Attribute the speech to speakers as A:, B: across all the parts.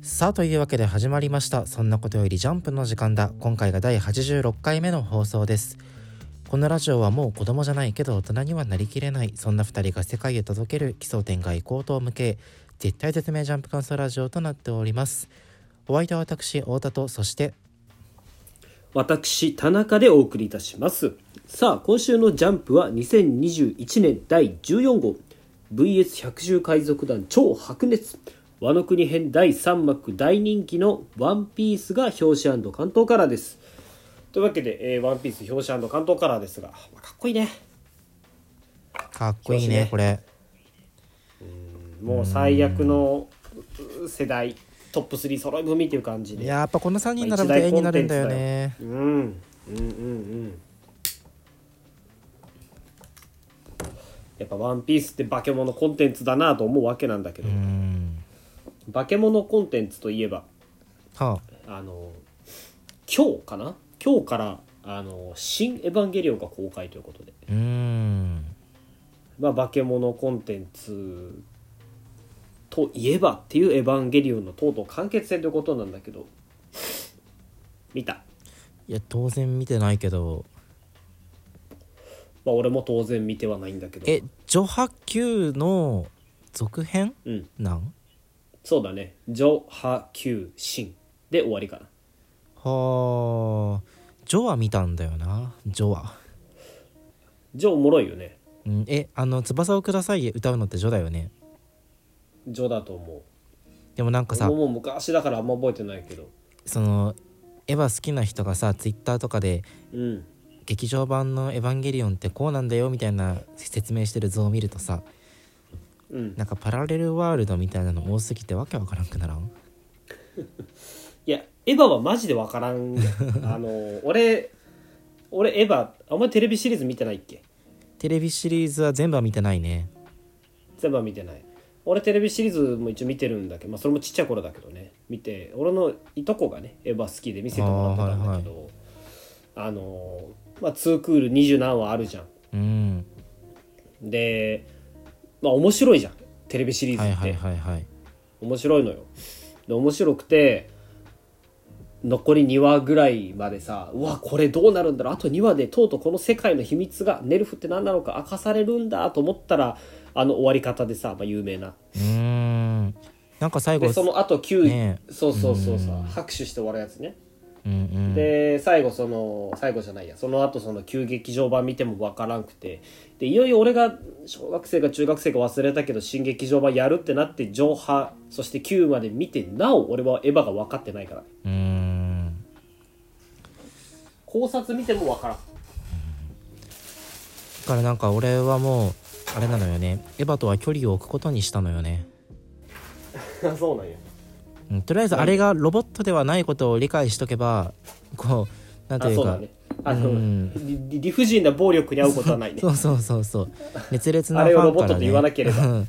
A: さあというわけで始まりました「そんなことよりジャンプの時間だ」今回が第86回目の放送ですこのラジオはもう子供じゃないけど大人にはなりきれないそんな2人が世界へ届ける奇想天外高等無形絶対絶命ジャンプ感想ラジオとなっておりますお相手は私太田とそして
B: 私田中でお送りいたしますさあ今週の「ジャンプ」は2021年第14号 VS110 海賊団超白熱和の国編第3幕大人気の「ワンピースが表紙関東カラーですというわけで「えーワンピース表紙関東カラーですが、まあかっこいいね
A: かっこいい
B: 表紙
A: ね
B: ね
A: これ
B: もう最悪の世代トップ3揃い踏みっていう感じ
A: い
B: で
A: ややっぱこの3人
B: まあ
A: 並
B: 一
A: ぶと絵
B: 大
A: に
B: コ
A: なる
B: ン
A: ん
B: テンツ
A: だよ
B: だよ
A: ね
B: うんうんうんうんやっぱ「ワンピースって化け物コンテンツだなと思うわけなんだけど、
A: うん
B: 化け物コンテンツといえば
A: は
B: あの今日かな今日から「あの新エヴァンゲリオン」が公開ということで、
A: あうん
B: まあ、化け物コンテンツといえばっていう「エヴァンゲリオン」のとうとう完結編ということなんだけど見た
A: いや当然見てないけど
B: まあ俺も当然見てはないんだけど
A: えジョハ Q の続編
B: うん
A: なん
B: そうだね。上波球新で終わりかな。
A: はあジョは見たんだよなジョは、
B: 上おもろいよね。
A: うん、えあの「翼をください」歌うのってジョだよね
B: 上だと思う。
A: でもなんか
B: 俺
A: さ
B: ももう昔だからあんま覚えてないけど。
A: そのエヴァ好きな人がさツイッターとかで
B: うん。
A: 劇場版の「エヴァンゲリオン」ってこうなんだよみたいな説明してる図を見るとさ
B: うん。
A: なんかパラレルワールドみたいなの多すぎてわけわからんくならん
B: いや、エヴァはマジでわからん。 あの、俺、俺エヴァ、あんまりテレビシリーズ見てないっけ
A: テレビシリーズは全部は見てないね
B: 全部は見てない。俺テレビシリーズも一応見てるんだけど、まあそれもちっちゃい頃だけどね。見て、俺のいとこがね、エヴァ好きで見せてもらってたんだけど、あ,、の、まあ2クール20何話あるじゃん。
A: うん
B: でまあ面白いじゃんテレビシリーズっ
A: は
B: て、
A: いはいはいはい
B: 面白いのよで面白くて残り2話ぐらいまでさうわこれどうなるんだろうあと2話でとうとうこの世界の秘密がネルフって何なのか明かされるんだと思ったらあの終わり方でさ、まあ、有名な
A: うーんなんか最後
B: でその後9位、
A: ね
B: そうそうそうさ
A: うん
B: 拍手して終わるやつね
A: うんうん
B: で最後その最後じゃないやその後その急劇場版見ても分からんくてでいよいよ俺が小学生か中学生か忘れたけど新劇場版やるってなって上波そして9まで見てなお俺はエヴァが分かってないから
A: うーん
B: 考察見ても分からん
A: だからなんか俺はもうあれなのよねエヴァとは距離を置くことにしたのよね、
B: あ そうなんや
A: うん、とりあえずあれがロボットではないことを理解しとけばこうなんと
B: あ
A: い
B: そうう
A: か
B: だねあの、
A: うん
B: 理理不尽な暴力に遭うことはないね
A: そうそうそうそう熱烈な
B: あ
A: ファン
B: れ
A: から、
B: を
A: ね、
B: ロボットと言わなければ
A: うん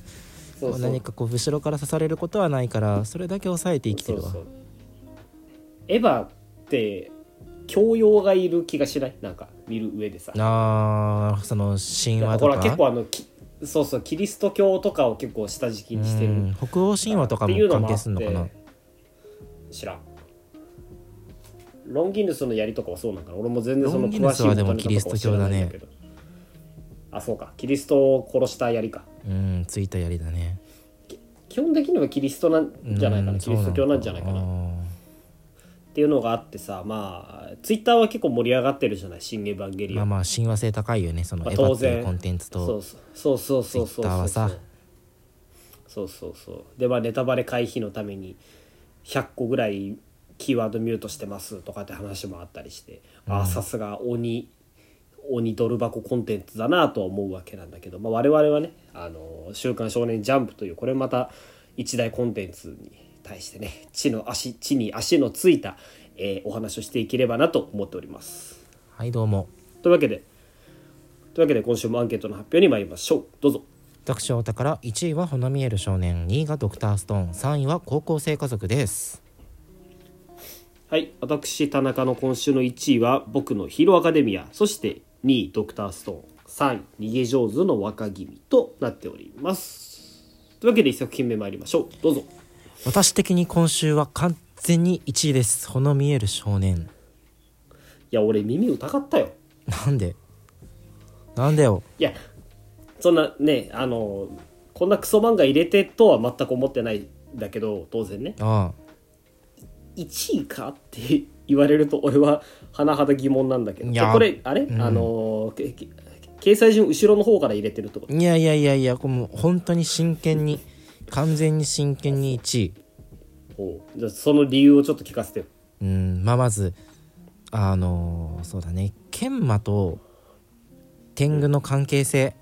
B: そうそう
A: 何かこう後ろから刺されることはないからそれだけ抑えて生きてるわ
B: そうそうエヴァって教養がいる気がしないなんか見る上でさ
A: あーその神話
B: ほ
A: とから
B: 結構あのきそうそうキリスト教とかを結構下敷きにして
A: う
B: る
A: ん北欧神話とかも関係するのかな
B: っていうもあって知らんロンギヌスの槍とかはそうなんかな俺も全然そ
A: ロ
B: の
A: ンギヌ
B: 詳
A: ス
B: しい
A: は
B: こと
A: でも
B: にとかは知らないんだけどあそうかキリストを殺した槍か
A: うんついたやりだね
B: 基本的にはキリストなんじゃないかな、
A: うん
B: キリスト教なんじゃないか
A: そ
B: な
A: うのあー
B: っていうのがあってさまあツイッターは結構盛り上がってるじゃない「新エヴァンゲリオン」
A: まあまあ親和性高いよねその
B: まあ
A: エヴァ
B: 当
A: って
B: 然
A: いうコンテンツと
B: そうそうそうそうそうそう
A: Twitter はさ
B: そうそうそうでまあネタバレ回避のために100個ぐらいキーワードミュートしてますとかって話もあったりして、ああさすが鬼鬼ドル箱コンテンツだなとは思うわけなんだけど、まあ、我々はね「あの週刊少年ジャンプ」というこれまた一大コンテンツに対してね地の足地に足のついた、えーお話をしていければなと思っております。
A: はいどうも
B: というわけでというわけで今週もアンケートの発表に参りましょうどうぞ
A: 私太田から1位は「ほの見える少年」2位が「ドクターストーン」3位は「高校生家族」です
B: はい私田中の今週の1位は僕のヒーローアカデミアそして2位ドクターストーン3位逃げ上手の若君となっておりますというわけで1作品目参りましょうどうぞ
A: 私的に今週は完全に1位です「ほの見える少年
B: や俺耳疑ったよ」
A: なんでなんだよ
B: いやそんなねあのこんなクソ漫画入れてとは全く思ってないんだけど当然ね
A: あ
B: 1位かって言われると俺は甚だ疑問なんだけど
A: いや
B: これあれ、
A: うん
B: あのけけ掲載順後ろの方から入れてるってこと
A: あいやいやいやいやこれもう本当に真剣に完全に真剣に1位
B: おうじゃあその理由をちょっと聞かせてよ
A: うんまあまずあのーそうだね研磨と天狗の関係性、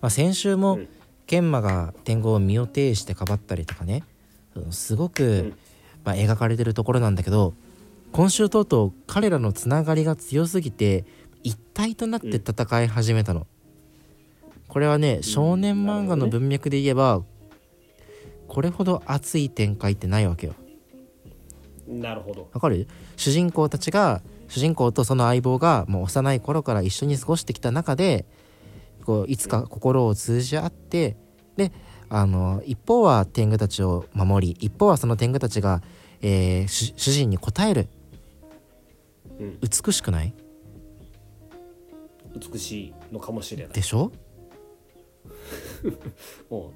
A: まあ、先週も
B: うん
A: 研磨が天狗を身を挺してかばったりとかねうんすごく、
B: ん
A: まあ、描かれてるところなんだけど今週とうとう彼らのつながりが強すぎて一体となって戦い始めたの。これはね少年漫画の文脈で言えば、これほど熱い展開ってないわけよ。
B: なるほど
A: わかる主人公たちが主人公とその相棒がもう幼い頃から一緒に過ごしてきた中でこういつか心を通じ合ってであの一方は天狗たちを守り一方はその天狗たちが、えー主主人に応える、
B: うん
A: 美しくない
B: 美しいのかもしれない
A: でしょ
B: おう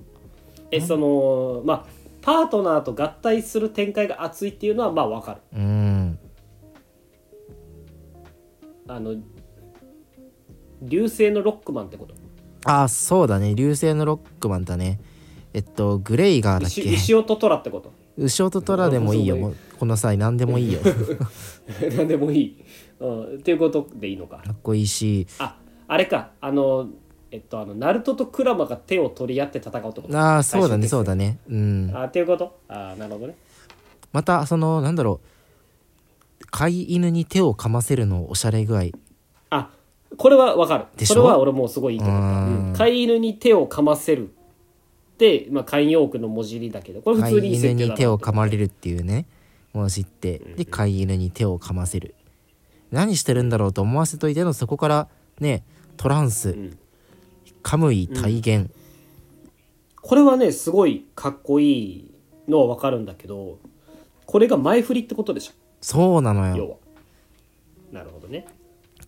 B: えそのまあパートナーと合体する展開が熱いっていうのはまあわかる
A: うん
B: あの流星のロックマンってこと
A: あそうだね流星のロックマンだねえっとグレイガーだっ
B: 牛
A: け
B: 牛尾とトラってこと
A: 牛音トラでもいいよ
B: うん
A: もうこの際何でもいい よ
B: 何でもいい、うん、っていうことでいいのか
A: かっこいいし
B: ああれかあのえっとあのナルトとクラマが手を取り合って戦うってこと
A: ああそうだね
B: 最終的に
A: そうだねうん
B: あっていうことあなるほどね
A: またそのなんだろう飼い犬に手をかませるのおしゃれ具合
B: あこれはわか
A: で
B: る
A: しょ
B: それは俺もうすごいいいと思った、
A: うん
B: うん飼い犬に手をかませるって、まあ、飼い用句の文字入りだけどこれ普
A: 飼
B: 通に
A: い
B: いい
A: 犬
B: 設定だ
A: に
B: な
A: 手をかまれるっていうねもう知ってで飼い犬に手をかませる何してるんだろうと思わせといてのそこからねトランス
B: ん
A: カムイ体現、
B: これはねすごいかっこいいのはわかるんだけどこれが前振りってことでし
A: そうなの
B: ょ
A: よ
B: 要はなるほどね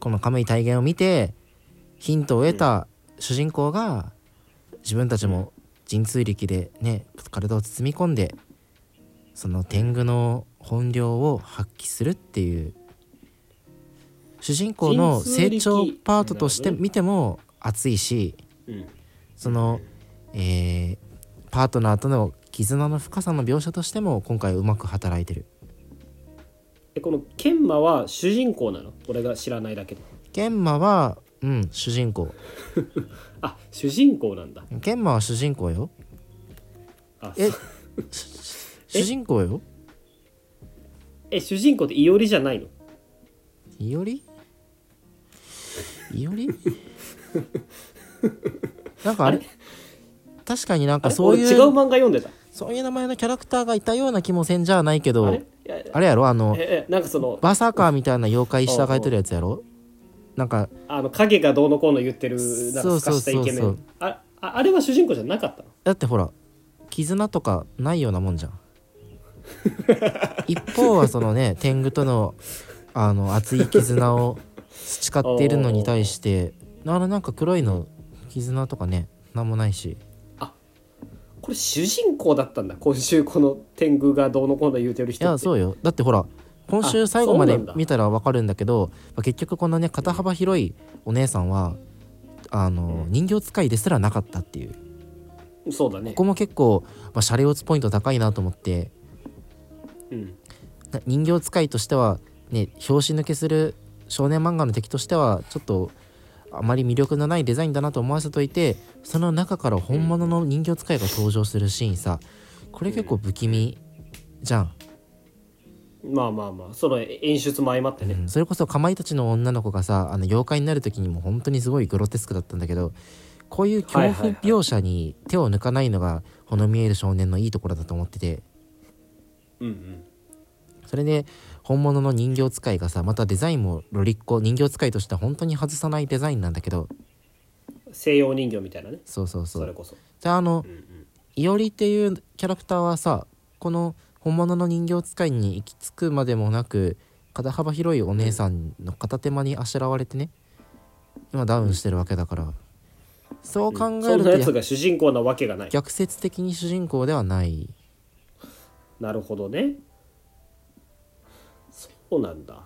A: このカムイ体現を見てヒントを得た主人公が自分たちも神通力でね体を包み込んでその天狗の本領を発揮するっていう主人公の成長パートとして見ても熱いし
B: うん
A: その、えーパートナーとの絆の深さの描写としても今回うまく働いてる。
B: えこの研磨は主人公なの俺が知らないだけで
A: 研磨はうん主人公
B: あ主人公なんだ
A: 研磨は主人公よ
B: あ
A: え
B: そ
A: 主人公よ
B: え主人公っていおりじゃないの
A: いおりいおりなんかあれ確かになん
B: あ
A: か
B: れ
A: そう
B: 俺違
A: いう
B: う漫画読んでた
A: そういう名前のキャラクターがいたような気もせんじゃないけど
B: あ
A: あ
B: れい
A: れ
B: や
A: やろあの
B: ええなんかその
A: バーサーカーみたいな妖怪従えてるやつやろなんか
B: あの影がどうのこうの言ってる
A: そ
B: なんか
A: う
B: すか
A: そう
B: した
A: そうそう
B: イケメンあああれは主人公じゃなかったの
A: だってほら絆とかないようなもんじゃん一方はその ね天狗とのあの熱い絆を培っているのに対してあれなんか黒いの絆とかねなんもないし
B: これ主人公だったんだ今週この天狗がどうのこうの言うてる
A: い
B: 人
A: や
B: って
A: そうよだってほら今週最後ま
B: そ
A: で
B: うなんだ
A: 見たらわかるんだけどまあ結局このね肩幅広いお姉さんはあの人形使いですらなかったっていう
B: そうだね
A: ここも結構、まあ、シャレオツポイント高いなと思って
B: うん
A: な人形使いとしてはね拍子抜けする少年漫画の敵としてはちょっとあまり魅力のないデザインだなと思わせといてその中から本物の人形使いが登場するシーンさこれ結構不気味じゃん
B: まあまあまあその演出も相まってね、
A: うんそれこそかまいたちの女の子がさあの妖怪になる時にも本当にすごいグロテスクだったんだけどこういう恐
B: はいはい
A: 怖
B: はい
A: 描写に手を抜かないのが「ほの見える少年」のいいところだと思ってて
B: うんうん
A: それで本物の人形使いがさまたデザインもロリッコ人形使いとしては本当に外さないデザインなんだけど
B: 西洋人形みたいなね
A: そうそうそ
B: それ
A: う
B: こそ
A: であの
B: うんうん
A: いおりっていうキャラクターはさこの本物の人形使いに行き着くまでもなく肩幅広いお姉さんの片手間にあしらわれてね今ダウンしてるわけだからそう
B: そ
A: 考
B: ん
A: える
B: な
A: と
B: や
A: や
B: つが主人公なわけがない
A: 逆説的に主人公ではない
B: なるほどねそうなんだ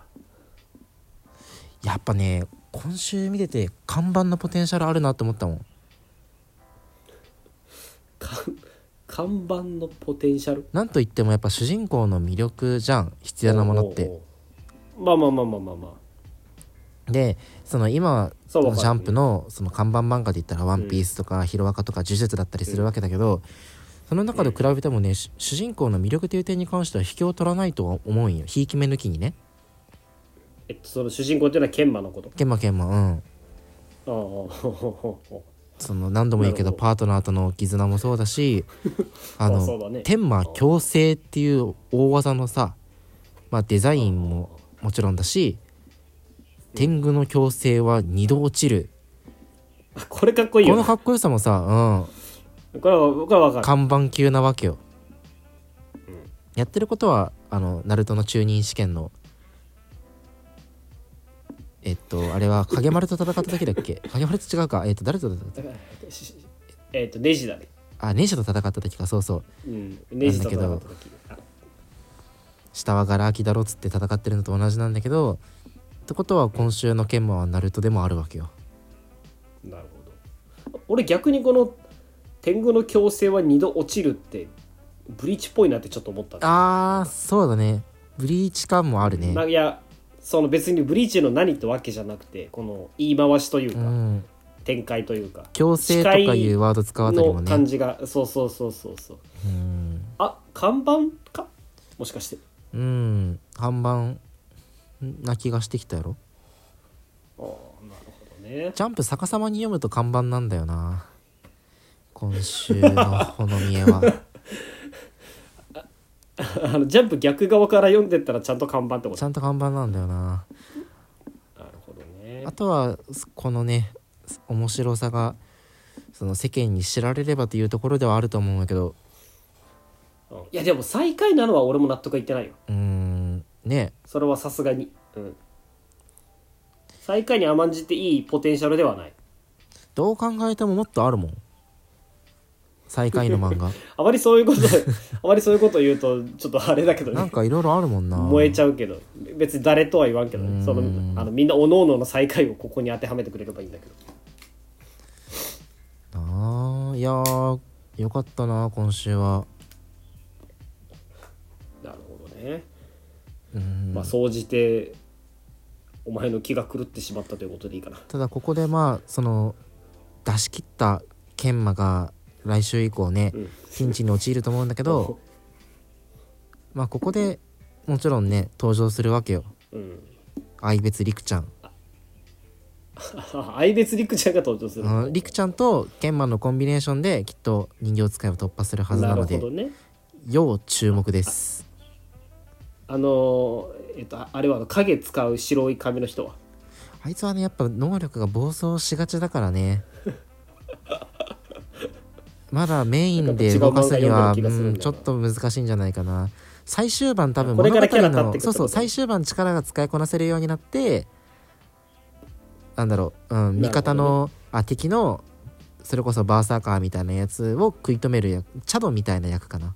A: やっぱね今週見てて看板のポテンシャルあるなと思ったもん
B: か看板のポテンシャル
A: なんといってもやっぱ主人公の魅力じゃん必要なものって
B: おうおうまあまあまあまあまあまあ
A: でその今
B: そ
A: の
B: う
A: ジ
B: わかる
A: ャンプのその看板漫画で言ったら「ワンピースとか「ヒロアカ」とか「呪術」だったりするわけだけど、その中で比べてもね、し主人公の魅力という点に関しては引きを取らないとは思うんよひいき目抜きにね
B: えっとその主人公っていうのは研磨のこと
A: 研磨研磨うん
B: あああああああ
A: その何度も言うけど
B: なるほ
A: パートナーとの絆もそうだ しあ
B: あそうだ
A: の、
B: ね
A: 天馬強制っていう大技のさ、まあ、デザインももちろんだし天狗の強制は二度落ちる
B: ああこれかっこいい
A: こ
B: よ
A: の
B: ね
A: かっこよさもさ、うん、
B: これは僕は分かる
A: 看板級なわけよ、やってることはあのナルトの中任試験のえっとあれは影丸と戦った時だっけ影丸と違うかえっと誰と戦った
B: ししえっとネジだね
A: あネジと戦った時かそうそう
B: うんネジと戦
A: な
B: っ
A: ん
B: た
A: だ
B: 時あ
A: 下はガラ空きだろっつって戦ってるのと同じなんだけどってことは今週の研磨はナルトでもあるわけよ
B: なるほど俺逆にこの天狗の強制は二度落ちるってブリーチっぽいなってちょっと思ったんだ
A: あーそうだねブリーチ感もあるね
B: まあいやその別にブリーチの何ってわけじゃなくてこの言い回しという
A: う
B: か、
A: ん
B: 展開というか
A: 強制とかいうワード使うあたりも
B: の感
A: ね
B: じがそうそうそうそうそう
A: うん
B: あ看板かもしかして
A: うん看板な気がしてきたやろ
B: ああなるほどね
A: ジャンプ逆さまに読むと看板なんだよな今週のほのみえ は
B: あのジャンプ逆側から読んでったらちゃんと看板ってこ
A: ち
B: と
A: ゃんと看板なんだよな
B: なるほどね
A: あとはこのね面白さがその世間に知られればというところではあると思うんだけど
B: うんいやでも最下位なのは俺も納得いってないよ
A: うーんね
B: それはさすがにうん最下位に甘んじていいポテンシャルではない
A: どう考えてももっとある もん最下位の漫画
B: あまりそういうこと あまりそういうこと言うとちょっとあれだけど
A: なん
B: ね
A: かいろいろあるもんな
B: 燃えちゃうけど別に誰とは言わんけど
A: う
B: ね
A: ん
B: そのあのみんなおののの最下位をここに当てはめてくれればいいんだけど
A: なあいやーよかったな今週は
B: なるほどね、
A: うん
B: まあ総じてお前の気が狂ってしまったということでいいかな
A: ただここでまあその出し切った研磨が来週以降ね
B: うん、
A: ピンチに陥ると思うんだけど まあここでもちろんね登場するわけよ
B: うん、
A: 愛別陸ちゃん
B: あ愛別陸ちゃんが登場する
A: あの陸ちゃんと研磨のコンビネーションできっと人形使いを突破するはずなの
B: る
A: で
B: ほどね
A: 要注目です
B: あのーえっとああれはあの影使う白い髪の人は
A: あいつはねやっぱ能力が暴走しがちだから ねまだメインで動かすに
B: な
A: は
B: んか違う漫画読んでる気がする
A: うんん
B: だよな
A: ちょっと難しいんじゃないかな最終盤多分
B: これ
A: 物
B: か
A: 語
B: らキャラ立って
A: の
B: くって
A: そ
B: こと
A: うそう最終盤力が使いこなせるようになってなんだろう、うん、
B: なるほどね
A: 味方の、あ敵のそれこそバーサーカーみたいなやつを食い止める役チャドみたいな役かな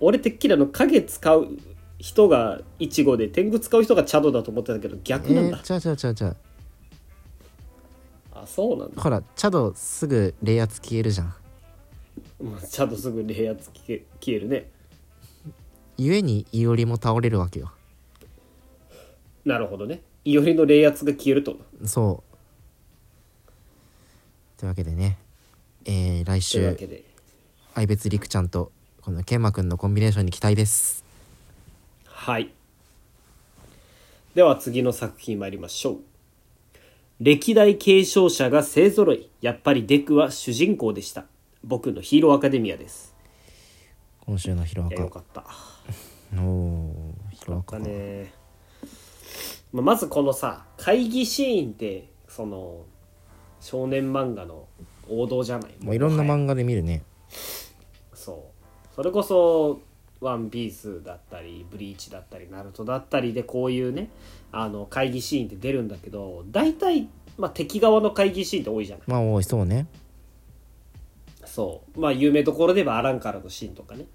B: 俺てっきりあの影使う人がイチゴで天狗使う人がチャドだと思ってたけど
A: え
B: 逆なんだ、
A: ー、違う違う違う違う
B: あそうなんだ、
A: ほらチャドすぐ冷圧消えるじゃん
B: まあ、チャドすぐ冷圧消え消えるね
A: ゆえにイオリも倒れるわけよ
B: なるほどねいおりの冷圧が消えると
A: そう。というわけでね、えー来
B: というわけ
A: 週、
B: で
A: 愛別陸ちゃんと、この研磨くんのコンビネーションに期待です。
B: はいでは次の作品参りましょう歴代継承者が勢ぞろいやっぱりデクは主人公でした僕のヒーローアカデミアです
A: 今週のヒロア
B: いやよか
A: カ。
B: った
A: おおー、ヒロアカ
B: だ
A: か。
B: ね、まあまずこのさ会議シーンってその少年漫画の王道じゃない
A: もういろんな
B: もはや
A: 漫画で見るね。
B: それこそ「ワンピースだったり「ブリーチ」だったり「ナルト」だったりでこういうねあの会議シーンって出るんだけど大体、まあ、敵側の会議シーンって多いじゃない
A: まあ多いそうね
B: そうまあ有名どころで言えばアランカラのシーンとかね
A: う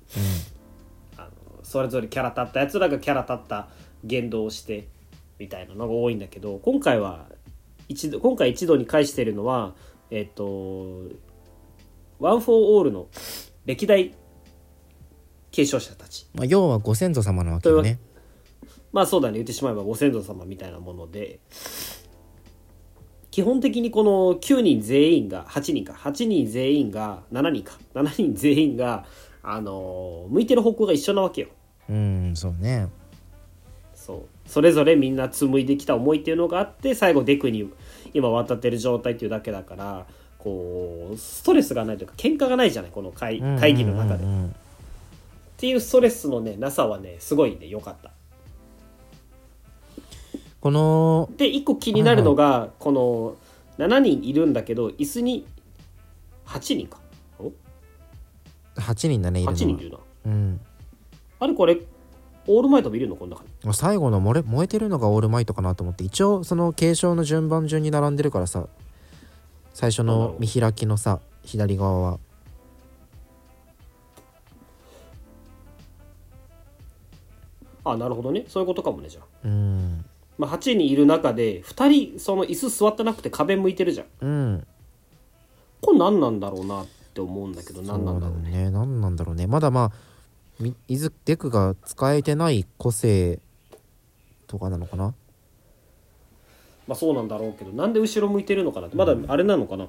B: あのそれぞれキャラ立ったやつらがキャラ立った言動をしてみたいなのが多いんだけど今回は一度今回一度に返してるのはえっと「ワン・フォー・オール」の歴代継承者たち
A: んまあ要はご先祖様なわけよね
B: まあそうだね言ってしまえばご先祖様みたいなもので基本的にこの9人全員が8人か8人全員が7人か7人全員があの向いてる方向が一緒なわけよ。
A: うんそうね
B: そうそれぞれみんな紡いできた思いっていうのがあって最後デクに今渡ってる状態っていうだけだからこうストレスがないというか喧嘩がないじゃないこの会
A: うん
B: 会議の中で。
A: う
B: っ
A: んうん
B: ていうストレスのねなさはねすごいね良かった。
A: この
B: で一個気になるのが、この7人いるんだけど椅子に8人かお
A: 8人だねいるの
B: 8
A: は
B: 人いるな
A: うん
B: あれこれオールマイトもいるのこの中に
A: まあ最後の燃え燃えてるのがオールマイトかなと思って一応その継承の順番順に並んでるからさ最初の見開きのさ左側は
B: あなるほどねそういうことかもねじゃあ、
A: うん
B: まあ、8人いる中で2人その椅子座ってなくて壁向いてるじゃん
A: うん
B: これ何なんだろうなって思うんだけ
A: そ
B: ど
A: う
B: 何なんだろうね
A: ね何なんだろうねまだまあみ伊豆デクが使えてない個性とかなのかな
B: まあそうなんだろうけどなんで後ろ向いてるのかなってまだあれなのかな、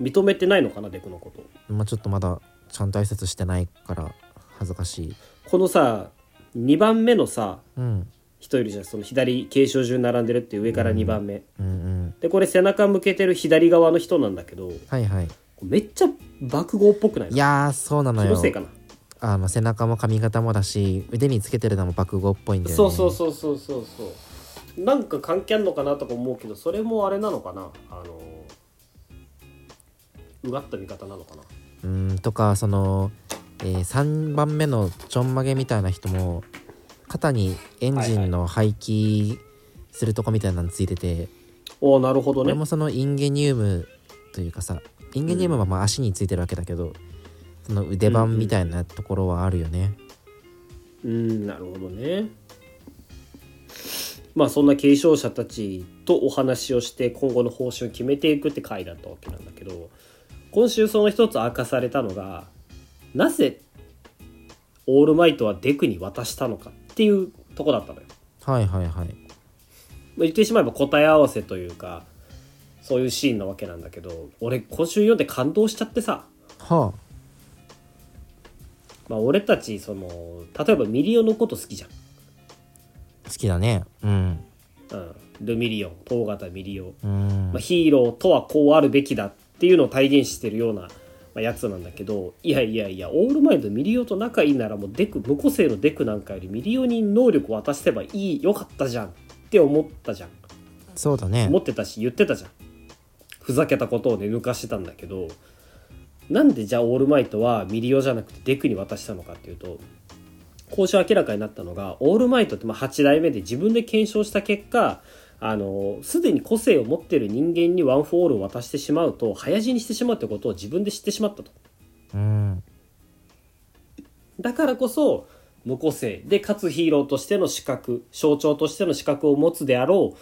B: 認めてないのかなデクのことを
A: まあちょっとまだちゃんと挨拶してないから恥ずかしい
B: このさ2番目のさ
A: うん
B: 人いるじゃんその左継承順並んでるっていう上から2番目、
A: うんうん
B: でこれ背中向けてる左側の人なんだけど
A: はいはい
B: めっちゃ爆豪っぽくない
A: いやーそうなの
B: 気の
A: よ
B: せいかな、
A: あの背中も髪型もだし腕につけてるのも爆豪っぽいんだよね
B: そうそうそうそうそうそうなんか関係あんのかなとか思うけどそれもあれなのかなあのうがった見方なのかな
A: うーんとかその、えー3番目のちょんまげみたいな人も肩にエンジンの排気するとこみたいなのついてて、
B: おおなるほど
A: これ
B: ね
A: もそのインゲニウムというかさインゲニウムはまあ足についてるわけだけど、その腕盤みたいなところはあるよね。
B: うんなるほどねまあそんな継承者たちとお話をして今後の方針を決めていくって回だったわけなんだけど今週その一つ明かされたのがなぜオールマイトはデクに渡したのかっていうとこだったのよ。
A: はいはいはい。
B: まあ言ってしまえば答え合わせというかそういうシーンなわけなんだけど俺今週読んで感動しちゃってさ、
A: は
B: まあ、俺たちその例えばミリオンのこと好きじゃん。
A: あ好きだね。うん。
B: うん、ルミリオン東型ミリオン
A: うーん
B: まあ、。ヒーローとはこうあるべきだっていうのを体現してるような、まあやつなんだけどいやいやいやオールマイトミリオと仲いいならもうデク無個性のデクなんかよりミリオに能力を渡せばいいよかったじゃんって思ったじゃん
A: そうだね
B: 思。ってたし言ってたじゃんふざけたことをね抜かしてたんだけどなんでじゃあオールマイトはミリオじゃなくてデクに渡したのかっていうと交渉明らかになったのがオールマイトってまあ8代目で自分で検証した結果あのすでに個性を持ってる人間にワン・フォー・オールを渡してしまうと早死にしてしまうってことを自分で知ってしまったと
A: うん。
B: だからこそ無個性でかつヒーローとしての資格象徴としての資格を持つであろ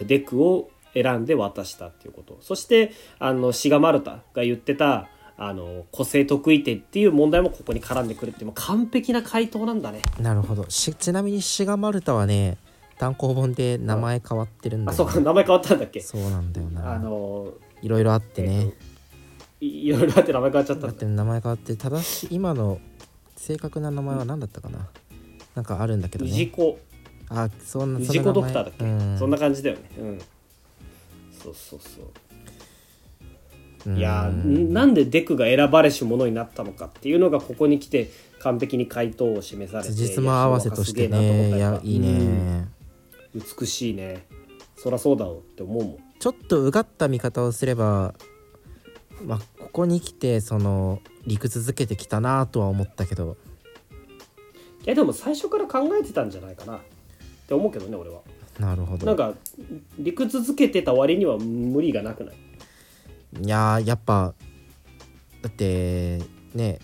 B: うデクを選んで渡したっていうことそしてあのシガマルタが言ってたあの個性得意点っていう問題もここに絡んでくるってもう完璧な回答なんだね
A: なるほど。しちなみにシガマルタはね単行本で名前変わってるんだ
B: あ
A: よ、ね。
B: そうか名前変わったんだっけ
A: そうなんだよな。
B: あの
A: いろいろあってね。
B: いいろいろあって名前変わっちゃっ
A: だ
B: たん
A: っ
B: だ
A: て名前変わって正しい今の正確な名前は何だったかな、なんかあるんだけど
B: 氏
A: ね
B: 子
A: あそんなそん
B: 氏
A: な名前
B: 子ドクターだっけ
A: うん
B: そんな感じだよねうんそうそうそういや
A: うん
B: ーなんでデクが選ばれし者になったのかっていうのがここに来て完璧に回答を示されて
A: 辻褄合わせとしてねい
B: いや
A: や
B: そうかすげえなと思った
A: いいね、
B: うん美しいねそりゃそうだろうって思うもん
A: ちょっとうがった見方をすればまあここに来てその陸続けてきたなとは思ったけど
B: いやでも最初から考えてたんじゃないかなって思うけどね俺は
A: なるほ
B: なん
A: ど
B: か陸続けてた割には無理がなくない
A: いやーやっぱだってね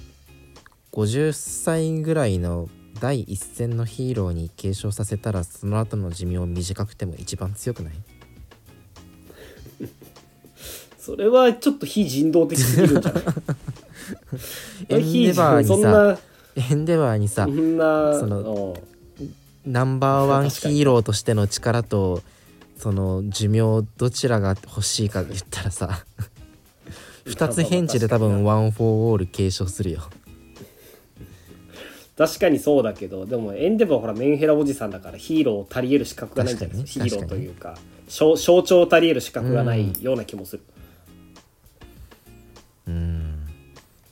A: 50歳ぐらいの第一線のヒーローに継承させたらその後の寿命短くても一番強くない
B: それはちょっと非人道的すぎるんじゃない
A: エンデバーにさ
B: そんな
A: エンデバーにさ
B: そんな
A: その
B: うん
A: ナンバーワン
B: 確
A: ヒ
B: かに
A: ーローとしての力とその寿命どちらが欲しいか言ったらさ2つ返事で多分ワン・フォー・オール継承するよ
B: 確かにそうだけどでもエンデヴァーはほらメンヘラおじさんだからヒーローを足りえる資格がないんじゃないですかヒ
A: 確
B: ー
A: か
B: ロー
A: に
B: と
A: 確かに
B: いうか象象徴を足りえる資格がないような気もする、
A: うん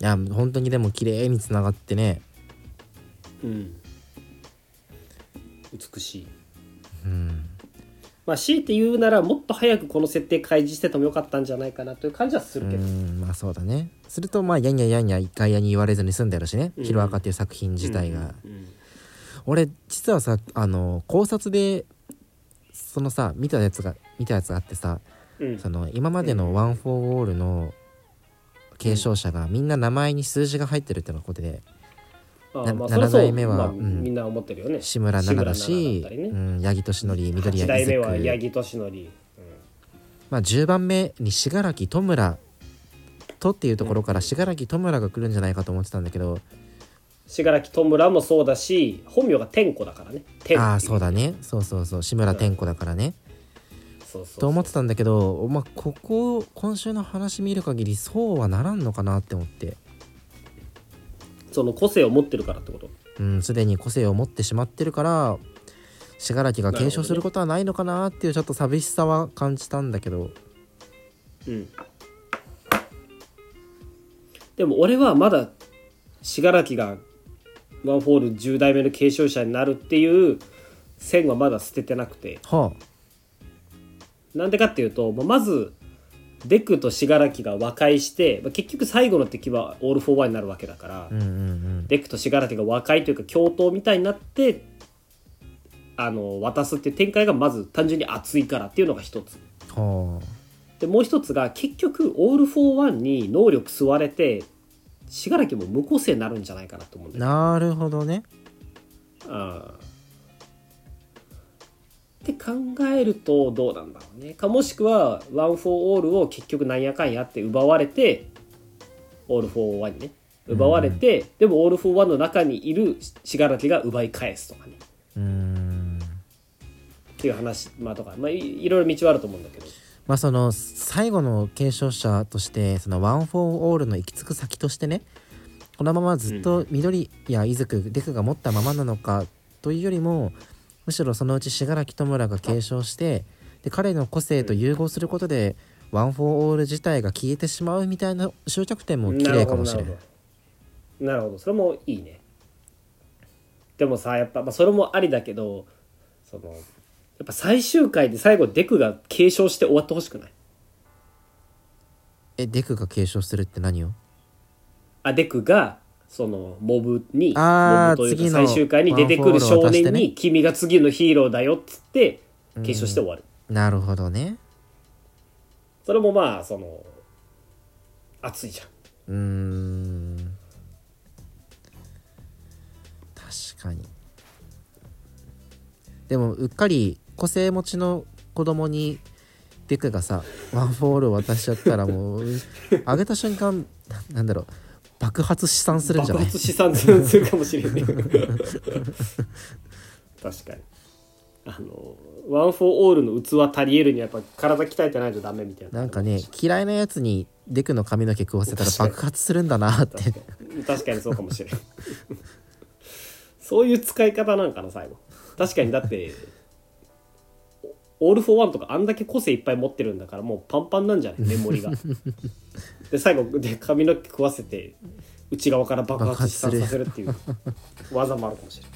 A: いや本当にでも綺麗につながってね
B: うん、美しい
A: うん
B: まあ強いて言うならもっと早くこの設定開示しててもよかったんじゃないかなという感じはす
A: う
B: るけど、
A: んまあそうだねするとまあやんややんや一回やに言われずに済んだやろしね「
B: うん
A: ヒロアカ」っていう作品自体が、
B: うんうん
A: 俺実はさあの考察でそのさ見たやつが見たやつがあってさ
B: うん
A: その今まで
B: う
A: の
B: ん
A: ワン・フォー・オールの継承者がみんな名前に数字が入ってるってのがことで
B: あ
A: な
B: あまあそれはそ
A: 七代
B: う
A: 目は
B: まあ
A: うん
B: みんな思ってるよね
A: 志村奈々だ
B: 志
A: し
B: 村奈々だったりね
A: うん八木俊則緑谷
B: 8代
A: 伊
B: 目は八
A: 豆
B: 木俊則、うん
A: まあ10番目に信楽戸村とっていうところから信楽戸村が来るんじゃないかと思ってたんだけど
B: 信楽戸村もそうだし本名が天子だからね天子
A: ああそうだねそうそうそう志村天子だからね
B: そうそうそう
A: と思ってたんだけどまあここ今週の話見る限りそうはならんのかなって思って
B: その個性を持ってるからってこと
A: うんすでに個性を持ってしまってるから信楽が継承することはないのかなっていうちょっと寂しさは感じたんだけど
B: うんでも俺はまだ信楽がワンフォール10代目の継承者になるっていう線はまだ捨ててなくて
A: はあ
B: なんでかっていうとまあまずデクと信楽が和解してまあ結局最後の敵はオール・フォー・ワンになるわけだから、
A: うんうんうん
B: デクと信楽が和解というか共闘みたいになってあの渡すっていう展開がまず単純に熱いからっていうのが一つ。
A: はあ
B: でもう一つが結局オール・フォー・ワンに能力吸われて信楽も無個性になるんじゃないかなと思うんだよね
A: なるほどね
B: あーって考えるとどうなんだろうねかもしくはワン・フォー・オールを結局なんやかんやって奪われてオール・フォー・ワンにね奪われて、でもオール・フォー・ワンの中にいる信楽が奪い返すとかね
A: うーん
B: っていう話、まあ、とか、まあ、いいろいろ道はあると思うんだけど
A: まあその最後の継承者としてそのワン・フォー・オールの行き着く先としてねこのままずっと緑や伊豆くデクが持ったままなのかというよりもむしろそのうち信楽戸村が継承してで彼の個性と融合することでワン・フォー・オール自体が消えてしまうみたいな終着点も綺麗かもしれない。
B: なるほどなるほどそれもいいねでもさやっぱ、まあ、それもありだけどそのやっぱ最終回で最後デクが継承して終わってほしくない
A: えデクが継承するって何を
B: あデクがそのモブに
A: あー
B: モブとい
A: 次
B: うか
A: の
B: 最終回に出てくる少
A: ワンフォーオールを渡して
B: 年
A: ね
B: に「君が次のヒーローだよ」っつって継承して終わる、
A: なるほどね。
B: それもまあその熱いじゃん
A: うーん確かにでもうっかり個性持ちの子供にデクがさワンフォーオールを渡しちゃったらもうあげた瞬間ななんだろう爆発試算するんじゃ
B: 爆
A: ない
B: 発資産するかもし れない確かにあのワン・フォー・オールの器足りえるにはやっぱ体鍛えてないとダメみたいな
A: なんかね嫌いなやつにデクの髪の毛食わせたら爆発するんだなって
B: 確かに確かにそうかもしれないそういう使い方なんかな最後確かにだってオール・フォー・ワンとかあんだけ個性いっぱい持ってるんだからもうパンパンなんじゃないメモリがで最後で髪の毛食わせて内側から爆発資産させるっていう技もあるかもしれない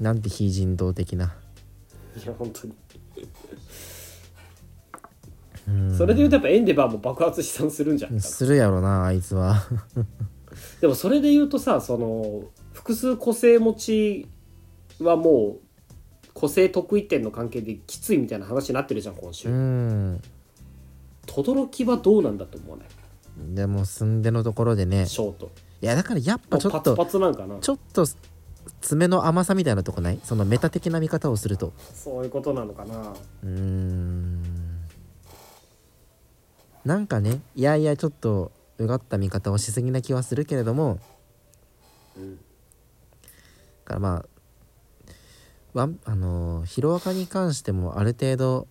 A: なんて非人道的ない
B: や本当に
A: うん
B: それで言うとやっぱエンデバーも爆発飛散するんじゃん
A: するやろなあいつは
B: でもそれで言うとさその複数個性持ちはもう個性得意点の関係できついみたいな話になってるじゃん今週
A: うん
B: 轟はどうなんだと思わない
A: でもすんでのところでね
B: ショート
A: いやだからやっぱ
B: も
A: ち
B: う
A: ょ
B: パ
A: っ
B: ツパ
A: と
B: ツなんかな
A: ちょっと爪の甘さみたいなとこないそのメタ的な見方をすると
B: そういうことなのかな
A: うーんなんかねいやいやちょっとうがった見方をしすぎな気はするけれども
B: うん
A: だからまあワンあのーヒロアカに関してもある程度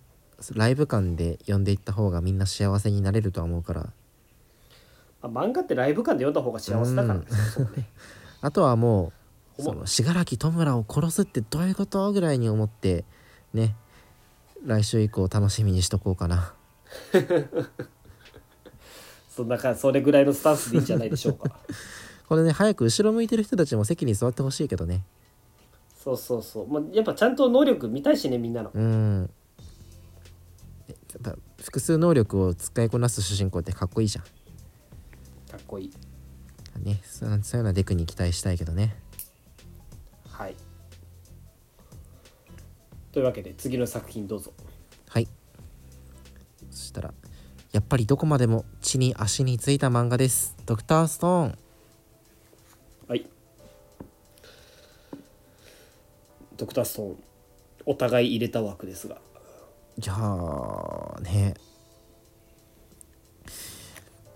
A: ライブ感で呼んでいった方がみんな幸せになれるとは思うから
B: あ漫画ってライブ感で読んだ方が幸せだからねそうね
A: あとはもう
B: ほ
A: そ
B: んま
A: の信楽戸村を殺すってどういうことぐらいに思ってね来週以降楽しみにしとこうかな
B: そんなかそれぐらいのスタンスでいいんじゃないでしょうか
A: これね早く後ろ向いてる人たちも席に座ってほしいけどね
B: そうそうそう、まあ、やっぱちゃんと能力見たいしねみんなの
A: うんえやっぱ複数能力を使いこなす主人公ってかっこいいじゃ
B: かっこいい
A: んねそそういうようなデクに期待したいけどね
B: はいというわけで次の作品どうぞ
A: はいそしたらやっぱりどこまでも地に足についた漫画ですドクターストーン
B: はいドクターストーンお互い入れた枠ですが
A: いやーね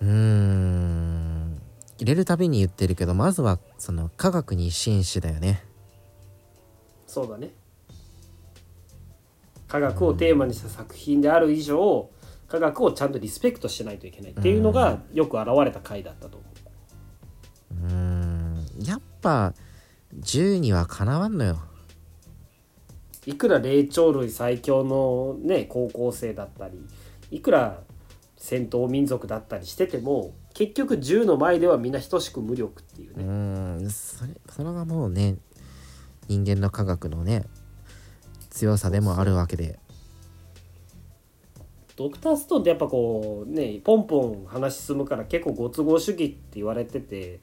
A: うーん入れるたびに言ってるけどまずはその科学に紳士だよね
B: そうだね科学をテーマにした作品である以上科学をちゃんとリスペクトしないといけないっていうのがよく表れた回だったと思う
A: うーんやっぱ銃にはかなわんのよ
B: いくら霊長類最強のね高校生だったりいくら戦闘民族だったりしてても結局銃の前ではみんな等しく無力っていう
A: う
B: ね、
A: ーんそれそれがもうね人間の科学のね強さでもあるわけで
B: ドクターストーンってやっぱこうねポンポン話進むから結構ご都合主義って言われてて、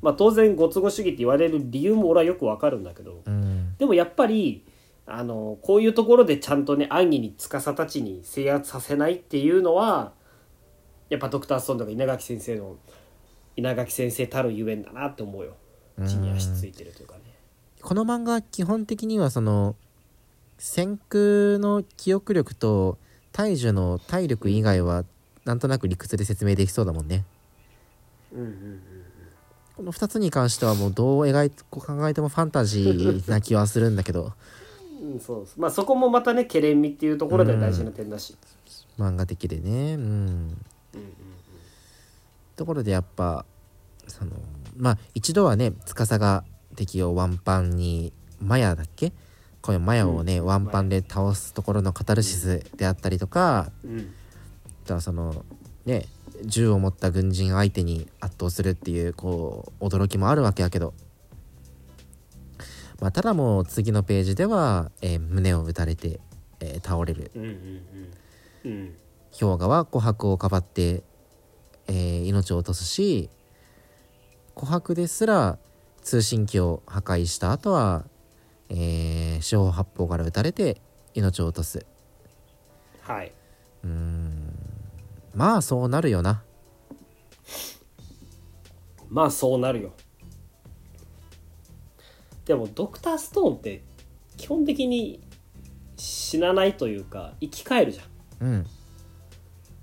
B: まあ、当然ご都合主義って言われる理由も俺はよくわかるんだけど
A: うん
B: でもやっぱりあのこういうところでちゃんとね暗義に司たちに制圧させないっていうのはやっぱドクターストーンとか稲垣先生の稲垣先生たるゆえんだなって思うよ
A: うん
B: 地に足ついてるというかね。
A: この漫画は基本的にはその先空の記憶力と大樹の体力以外はなんとなく理屈で説明できそうだもんね
B: うんうんうん
A: この2つに関してはもうどう描いてこう考えてもファンタジーな気はするんだけど
B: うん、そうそうまあそこもまたねケレン味っていうところで大事な点だし、
A: 漫画的でねうん
B: うんうん
A: ところでやっぱそのまあ一度はね司が敵をワンパンにマヤだっけこういうマヤをね、ワンパンで倒すところのカタルシスであったりとか、
B: うんうん、
A: あとはそのね銃を持った軍人相手に圧倒するっていうこう驚きもあるわけやけど、まあ、ただもう次のページでは、えー胸を打たれて、えー倒れる
B: うんうんうんうん
A: 氷河は琥珀をかばって、えー命を落とすし琥珀ですら通信機を破壊した後は、えー四方八方から撃たれて命を落とす
B: はいう
A: ーんまあそうなるよな
B: まあそうなるよでもドクターストーンって基本的に死なないというか生き返るじゃん
A: うん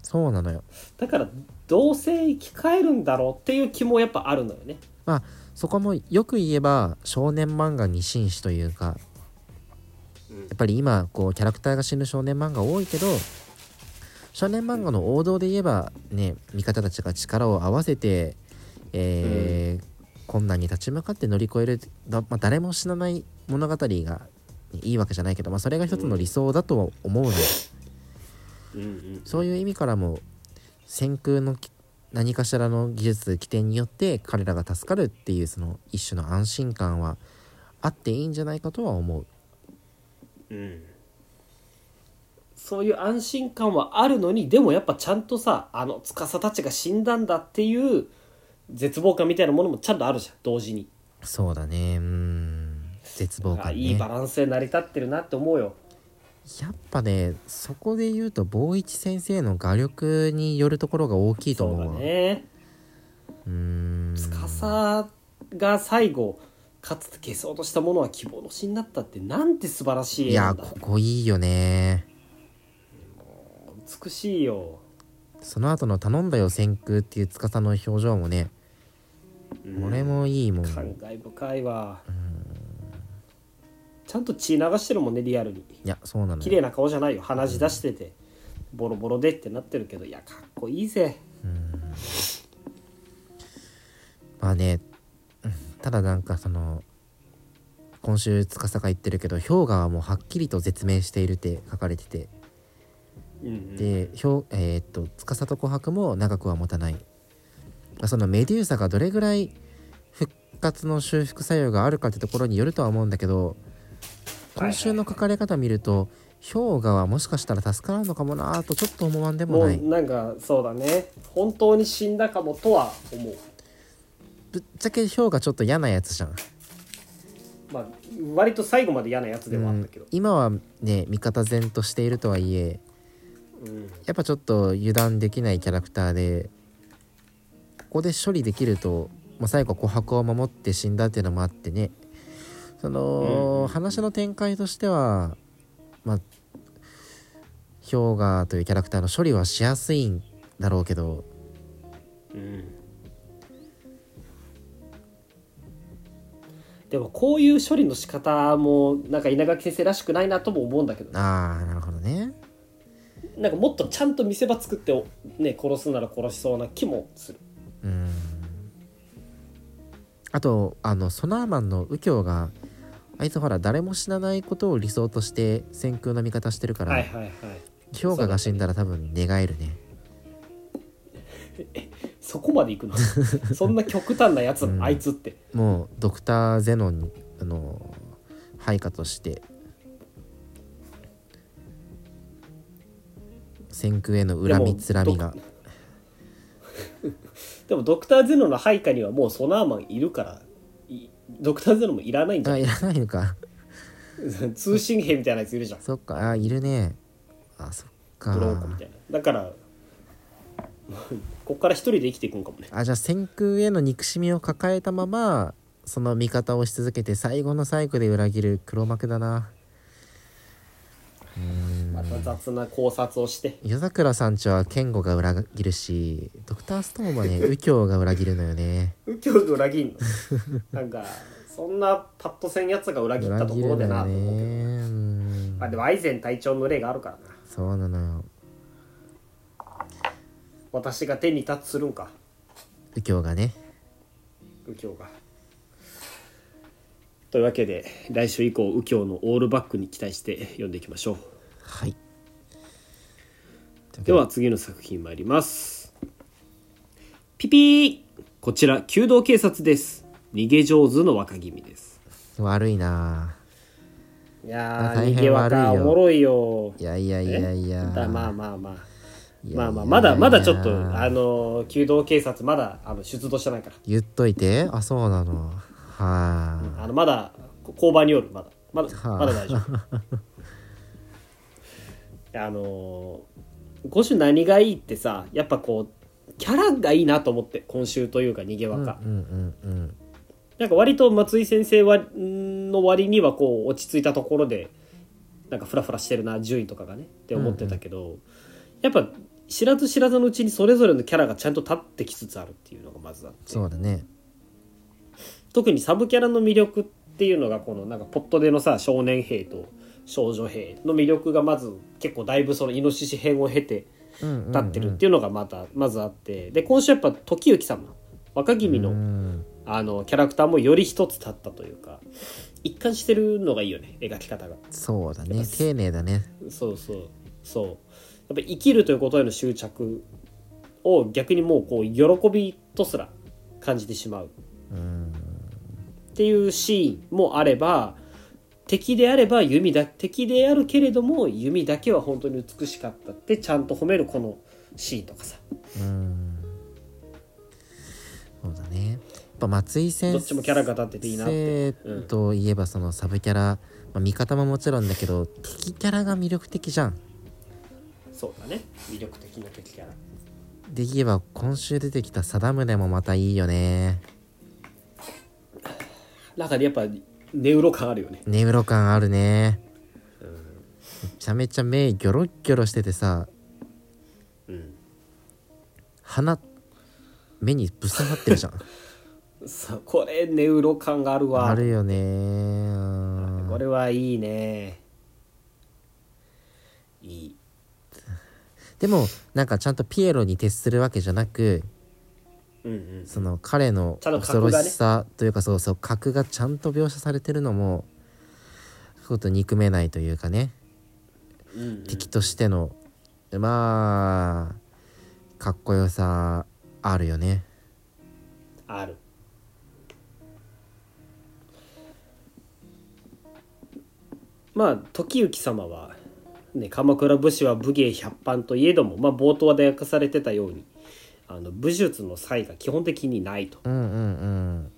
A: そうなのよ
B: だからどうせ生き返るんだろうっていう気もやっぱあるのよね
A: そこもよく言えば少年漫画に紳士というか
B: うん
A: やっぱり今こうキャラクターが死ぬ少年漫画多いけど少年漫画の王道で言えばね味方たちが力を合わせて、えー困難に立ち向かって乗り越える、だまあ、誰も死なない物語がいいわけじゃないけど、まあ、それが一つの理想だとは思うので
B: うんうん
A: そういう意味からも先空のき何かしらの技術起点によって彼らが助かるっていうその一種の安心感はあっていいんじゃないかとは思う。
B: うんそういう安心感はあるのにでもやっぱちゃんとさあの司たちが死んだんだっていう絶望感みたいなものもちゃんとあるじゃん同時に、
A: そうだねうん絶望
B: あ
A: 感ね
B: いいバランスで成り立ってるなって思うよ
A: やっぱねそこで言うと坊一先生の画力によるところが大きいと
B: そう
A: 思う
B: だ
A: わ
B: ね
A: うーん
B: 司が最後かつて消そうとしたものは希望の死になったってなんて素晴らしい
A: い
B: 絵な
A: や
B: んだ
A: ここいいよね
B: 美しいよ、
A: その後の「頼んだよ先空」っていう司の表情もね
B: うん
A: 俺もいいもん
B: 感慨深いわちゃんと血流してるもんねリアルに
A: いやそうなの
B: 綺
A: よ
B: 麗な顔じゃないよ鼻血出しててボロボロでってなってるけどいやかっこいいぜ
A: まあねうんただなんかその今週司が言ってるけど氷河はもうはっきりと絶命しているって書かれてて
B: うんうん
A: で、ひょうえーっと司と琥珀も長くは持たないまあそのメデューサがどれぐらい復活の修復作用があるかってところによるとは思うんだけど今週の書かれ方見ると氷河はもしかしたら助からんのかもなーとちょっと思わんで
B: も
A: もな
B: う
A: い
B: なんかそうだね本当に死んだかもとは思う
A: ぶっちゃけ氷河ちょっと嫌なやつじゃん、
B: まあ割と最後まで嫌なやつで
A: う
B: はあった
A: ん
B: けど、
A: 今はね味方然としているとはいえ
B: うん
A: やっぱちょっと油断できないキャラクターでここで処理できると、まあ、最後琥珀を守って死んだっていうのもあってねその、
B: うん
A: 話の展開としてはまあ氷河というキャラクターの処理はしやすいんだろうけど
B: うんでもこういう処理の仕方もなんか稲垣先生らしくないなとも思うんだけど
A: ああなるほどね
B: なんかもっとちゃんと見せ場作って、ね、殺すなら殺しそうな気もする
A: うんあとあのソナーマンの右京があいつほら誰も死なないことを理想として先空の味方してるから、
B: はいはいはい
A: 氷河が死んだら多分寝返るね
B: そこまでいくのそんな極端なやつなの、
A: うん
B: あいつって
A: もうドクター・ゼノンあの配下として先空への恨みつらみが
B: でもでもドクター・ゼノの配下にはもうソナーマンいるからいドクター・ゼノもいらないんじゃ
A: あ
B: ない
A: いらないのか
B: 通信兵みたいなやついるじゃん
A: そっかあいるねあそっか
B: ブロンコみたいなだから こっから一人で生きていくんかもね
A: あじゃあ先空への憎しみを抱えたままその味方をし続けて最後の最後で裏切る黒幕だなうーん
B: また雑な考察をして
A: 夜桜さんちは健吾が裏切るしドクターストーンはね 右京が裏切るのよね
B: 右京が裏切んのなんかそんなパッとせんやつが裏切っ
A: 裏
B: たと
A: 切
B: ころ
A: るの
B: でな
A: よ
B: と
A: ね
B: 思うけど、
A: うん
B: まあでもアイゼン隊長の例があるからな
A: そうなのよ
B: 私が手に立つするんか
A: 右京がね
B: 右京がというわけで来週以降右京のオールバックに期待して読んでいきましょ
A: はい
B: うでは次の作品参りますピピーこちら弓道警察です逃げ上手の若君です
A: 悪いないあ
B: やー
A: 大変
B: 逃げ若
A: 悪いよ
B: おもろいよ
A: いやいやい
B: え
A: やいや
B: だまあまあまあ
A: いや
B: まあまあ
A: いや
B: まだまだちょっ
A: い
B: と
A: や
B: あの弓道警察まだあの出動してないから
A: 言っといてあそうなのは
B: あのまだこ交番によるまだまだ
A: はあ
B: まだ大丈夫あのー今週何がいいってさやっぱこうキャラがいいなと思って今週というか逃げ
A: あ
B: 若、
A: うんうんうんうん
B: なんか割と松井先生はんの割にはこう落ち着いたところでなんかフラフラしてるな順位とかがねって思ってたけど、やっぱ知らず知らずのうちにそれぞれのキャラがちゃんと立ってきつつあるっていうのがまずあって
A: そうだね
B: 特にサブキャラの魅力っていうのがこのなんかポットでのさ少年兵と少女兵の魅力がまず結構だいぶそのイノシシ編を経て
A: 立
B: 立ってるっていうのがまたまずあってで今週やっぱ時行様若君の
A: の
B: あのキャラクターもより一つ立ったというか一貫してるのがいいよね描き方が
A: そうだね丁寧だね
B: そうそうそうやっぱ生きるということへの執着を逆にもうこう喜びとすら感じてしまう
A: うん
B: っていうシーンもあれば敵であれば弓だ敵であるけれども弓だけは本当に美しかったってちゃんと褒めるこのシーンとかさ
A: うんそうだねやっぱ松井先生
B: どっちもキャラが立ってていいなってうん
A: といえばそのサブキャラ、まあ、味方ももちろんだけど敵キャラが魅力的じゃん
B: そうだね魅力的な敵キャラ
A: で言えば今週出てきた貞宗もまたいいよね
B: 中でやっぱネウロ感あるよね
A: ネウロ感あるね
B: うん
A: めちゃめちゃ目ギョロッギョロしててさ
B: うん
A: 鼻目にぶっ刺さってる じゃん
B: さこれネウロ感があるわ
A: あるよねうん
B: これはいいねいい
A: でもなんかちゃんとピエロに徹するわけじゃなく
B: うんうん
A: その彼の
B: ちゃんと
A: 恐
B: 格がね
A: ろしさというかそうそう格がちゃんと描写されてるのもちょっと憎めないというかね
B: うんうん
A: 敵としてのまあかっこよさあるよね
B: あるまあ時行様は、ね、鎌倉武士は武芸百般といえども、まあ、冒頭で訳されてたようにあの武術の才が基本的にないと
A: うんうん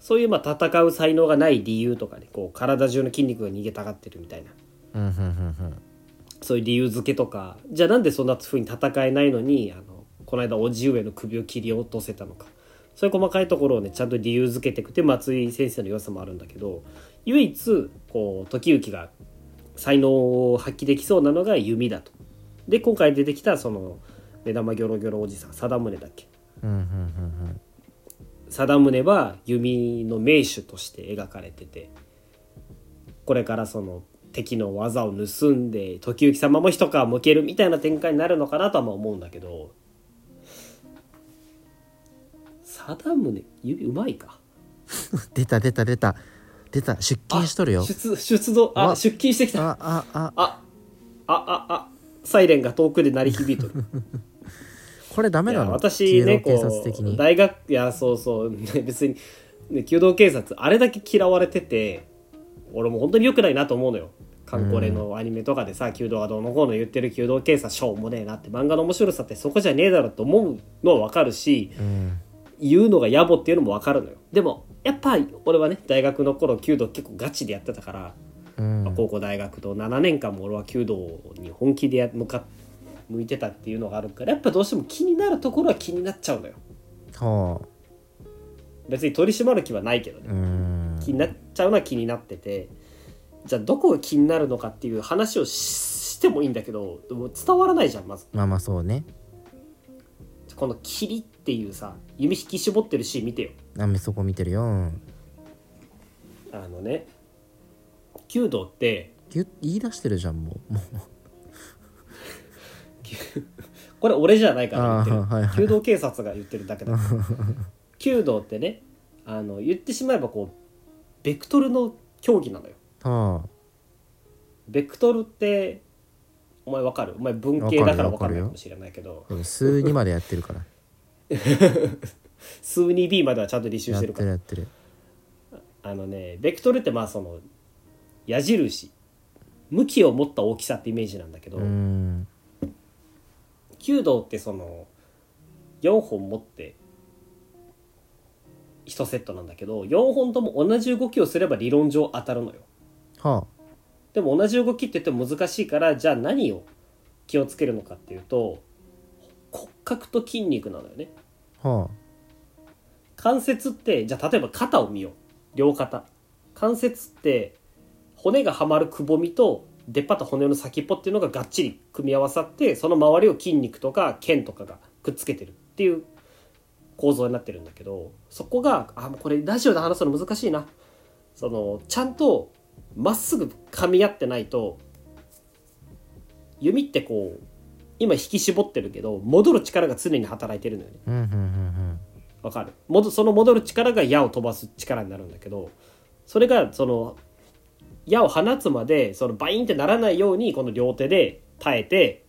B: そういうまあ戦う才能がない理由とかねこう体中の筋肉が逃げたがってるみたいな
A: うんうんうんうん
B: そういう理由付けとかじゃあなんでそんな風に戦えないのにあのこの間叔父上の首を切り落とせたのかそういう細かいところをねちゃんと理由付けてくて松井先生の良さもあるんだけど唯一こう時行が才能を発揮できそうなのが弓だと。で今回出てきたその目玉ギョロギョロおじさん貞宗だっけ
A: うんうんうん
B: 貞宗は弓の名手として描かれててこれからその敵の技を盗んで時行様も一皮むけるみたいな展開になるのかなとはまあ思うんだけど貞宗指うまいか
A: うん出た出た出た出た出勤しとるよ
B: 出出動あ
A: あ
B: 出勤してきたあ
A: あああ
B: あああサイレンが遠くで鳴り響いとる
A: これダメ
B: い
A: な
B: や
A: の
B: 私ね
A: 警
B: こ
A: 察的
B: う
A: に
B: 大学いやそうそう ね別に、ね、弓道警察あれだけ嫌われてて俺も本当に良くないなと思うのよ韓国のアニメとかでさ弓道がどうのこうの言ってる弓道警察しょうもねえなって漫画の面白さってそこじゃねえだろと思うのは分かるし
A: うん
B: 言うのが野暮っていうのも分かるのよでもやっぱ俺はね大学の頃弓道結構ガチでやってたから
A: うん
B: まあ高校大学と7年間も俺は弓道に本気でや向かっ向いてたっていうのがあるからやっぱどうしても気になるところは気になっちゃうのよ
A: ほ
B: 別に取り締まる気はないけど
A: う
B: ね
A: うん
B: 気になっちゃうのは気になっててじゃあどこが気になるのかっていう話をししてもいいんだけどでも伝わらないじゃんまず
A: まあまあそうね
B: この「霧」っていうさ弓引き絞ってるシーン見てよ
A: あめそこ見てるようん
B: あのね弓道って
A: ぎゅ言い出してるじゃんもうも
B: これ俺じゃないから言ってる、
A: あーはいはい
B: 弓道警察が言ってるだけだ 弓道ってねあの言ってしまえばこうベクトルの競技なのよ
A: うは
B: ベクトルってお前わかるお前文系だからわかるかもしれないけど
A: あ数にまでやってるから
B: 数 2B まではちゃんと履修
A: や
B: し
A: ってて
B: るか
A: る
B: ら
A: やってる
B: あのねベクトルってまあその矢印向きを持った大きさってイメージなんだけど、
A: うん
B: 弓道ってその4本持って1セットなんだけど4本とも同じ動きをすれば理論上当たるのよ
A: は
B: でも同じ動きって言っても難しいからじゃあ何を気をつけるのかっていうと骨格と筋肉なのよね
A: あは
B: 関節ってじゃあ例えば肩を見よう両肩関節って骨がはまるくぼみと出っ張った骨の先っぽっていうのががっちり組み合わさってその周りを筋肉とか腱とかがくっつけてるっていう構造になってるんだけどそこがあもうこれラジオで話すの難しいなそのちゃんとまっすぐ噛み合ってないと弓ってこう今引き絞ってるけど戻る力が常に働いてるのよね
A: あうんうんうん
B: わかる戻その戻る力が矢を飛ばす力になるんだけどそれがその矢を放つまでそのバインってならないようにこの両手で耐えて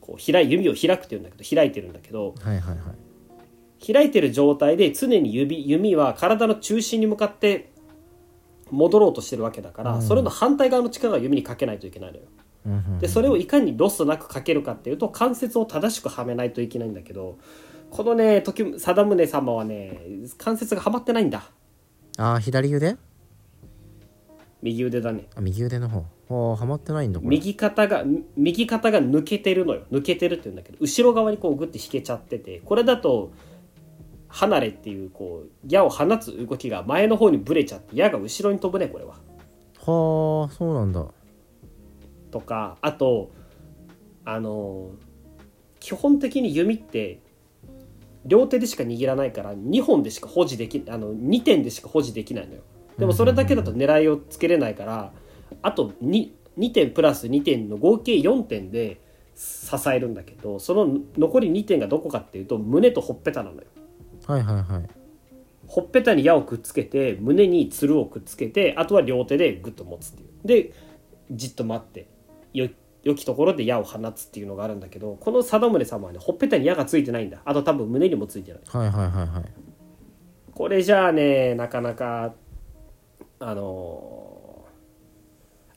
B: こう開い弓を開くっていうんだけど開いてるんだけど
A: うんはいはいはい
B: 開いてる状態で常に指弓は体の中心に向かって戻ろうとしてるわけだから、
A: うん
B: それの反対側の力が指にかけないといけないのよ。
A: うん
B: でそれをいかにロスなくかけるかっていうと関節を正しくはめないといけないんだけどこのね時貞宗様はね関節がはまってないんだ
A: あー左腕
B: 右腕だね
A: あ右腕の方おーはまってないんだこれ
B: 右肩がみ右肩が抜けてるのよ抜けてるって言うんだけど後ろ側にこうグッて引けちゃっててこれだと離れっていうこう矢を放つ動きが前の方にブレちゃって矢が後ろに飛ぶねこれは。
A: はあそうなんだ
B: とかあとあの基本的に弓って両手でしか握らないから2本でしか保持できあの2点でしか保持できないのよでもそれだけだと狙いをつけれないからあと 2, 2点プラス2点の合計4点で支えるんだけどその残り2点がどこかっていうと胸とほっぺたなのよ
A: はいはいはい
B: ほっぺたに矢をくっつけて胸につるをくっつけてあとは両手でグッと持つっていうでじっと待ってよ良きところで矢を放つっていうのがあるんだけどこの貞宗様はねほっぺたに矢がついてないんだあと多分胸にもついてない
A: はいはいはいはい
B: これじゃあねなかなかあのー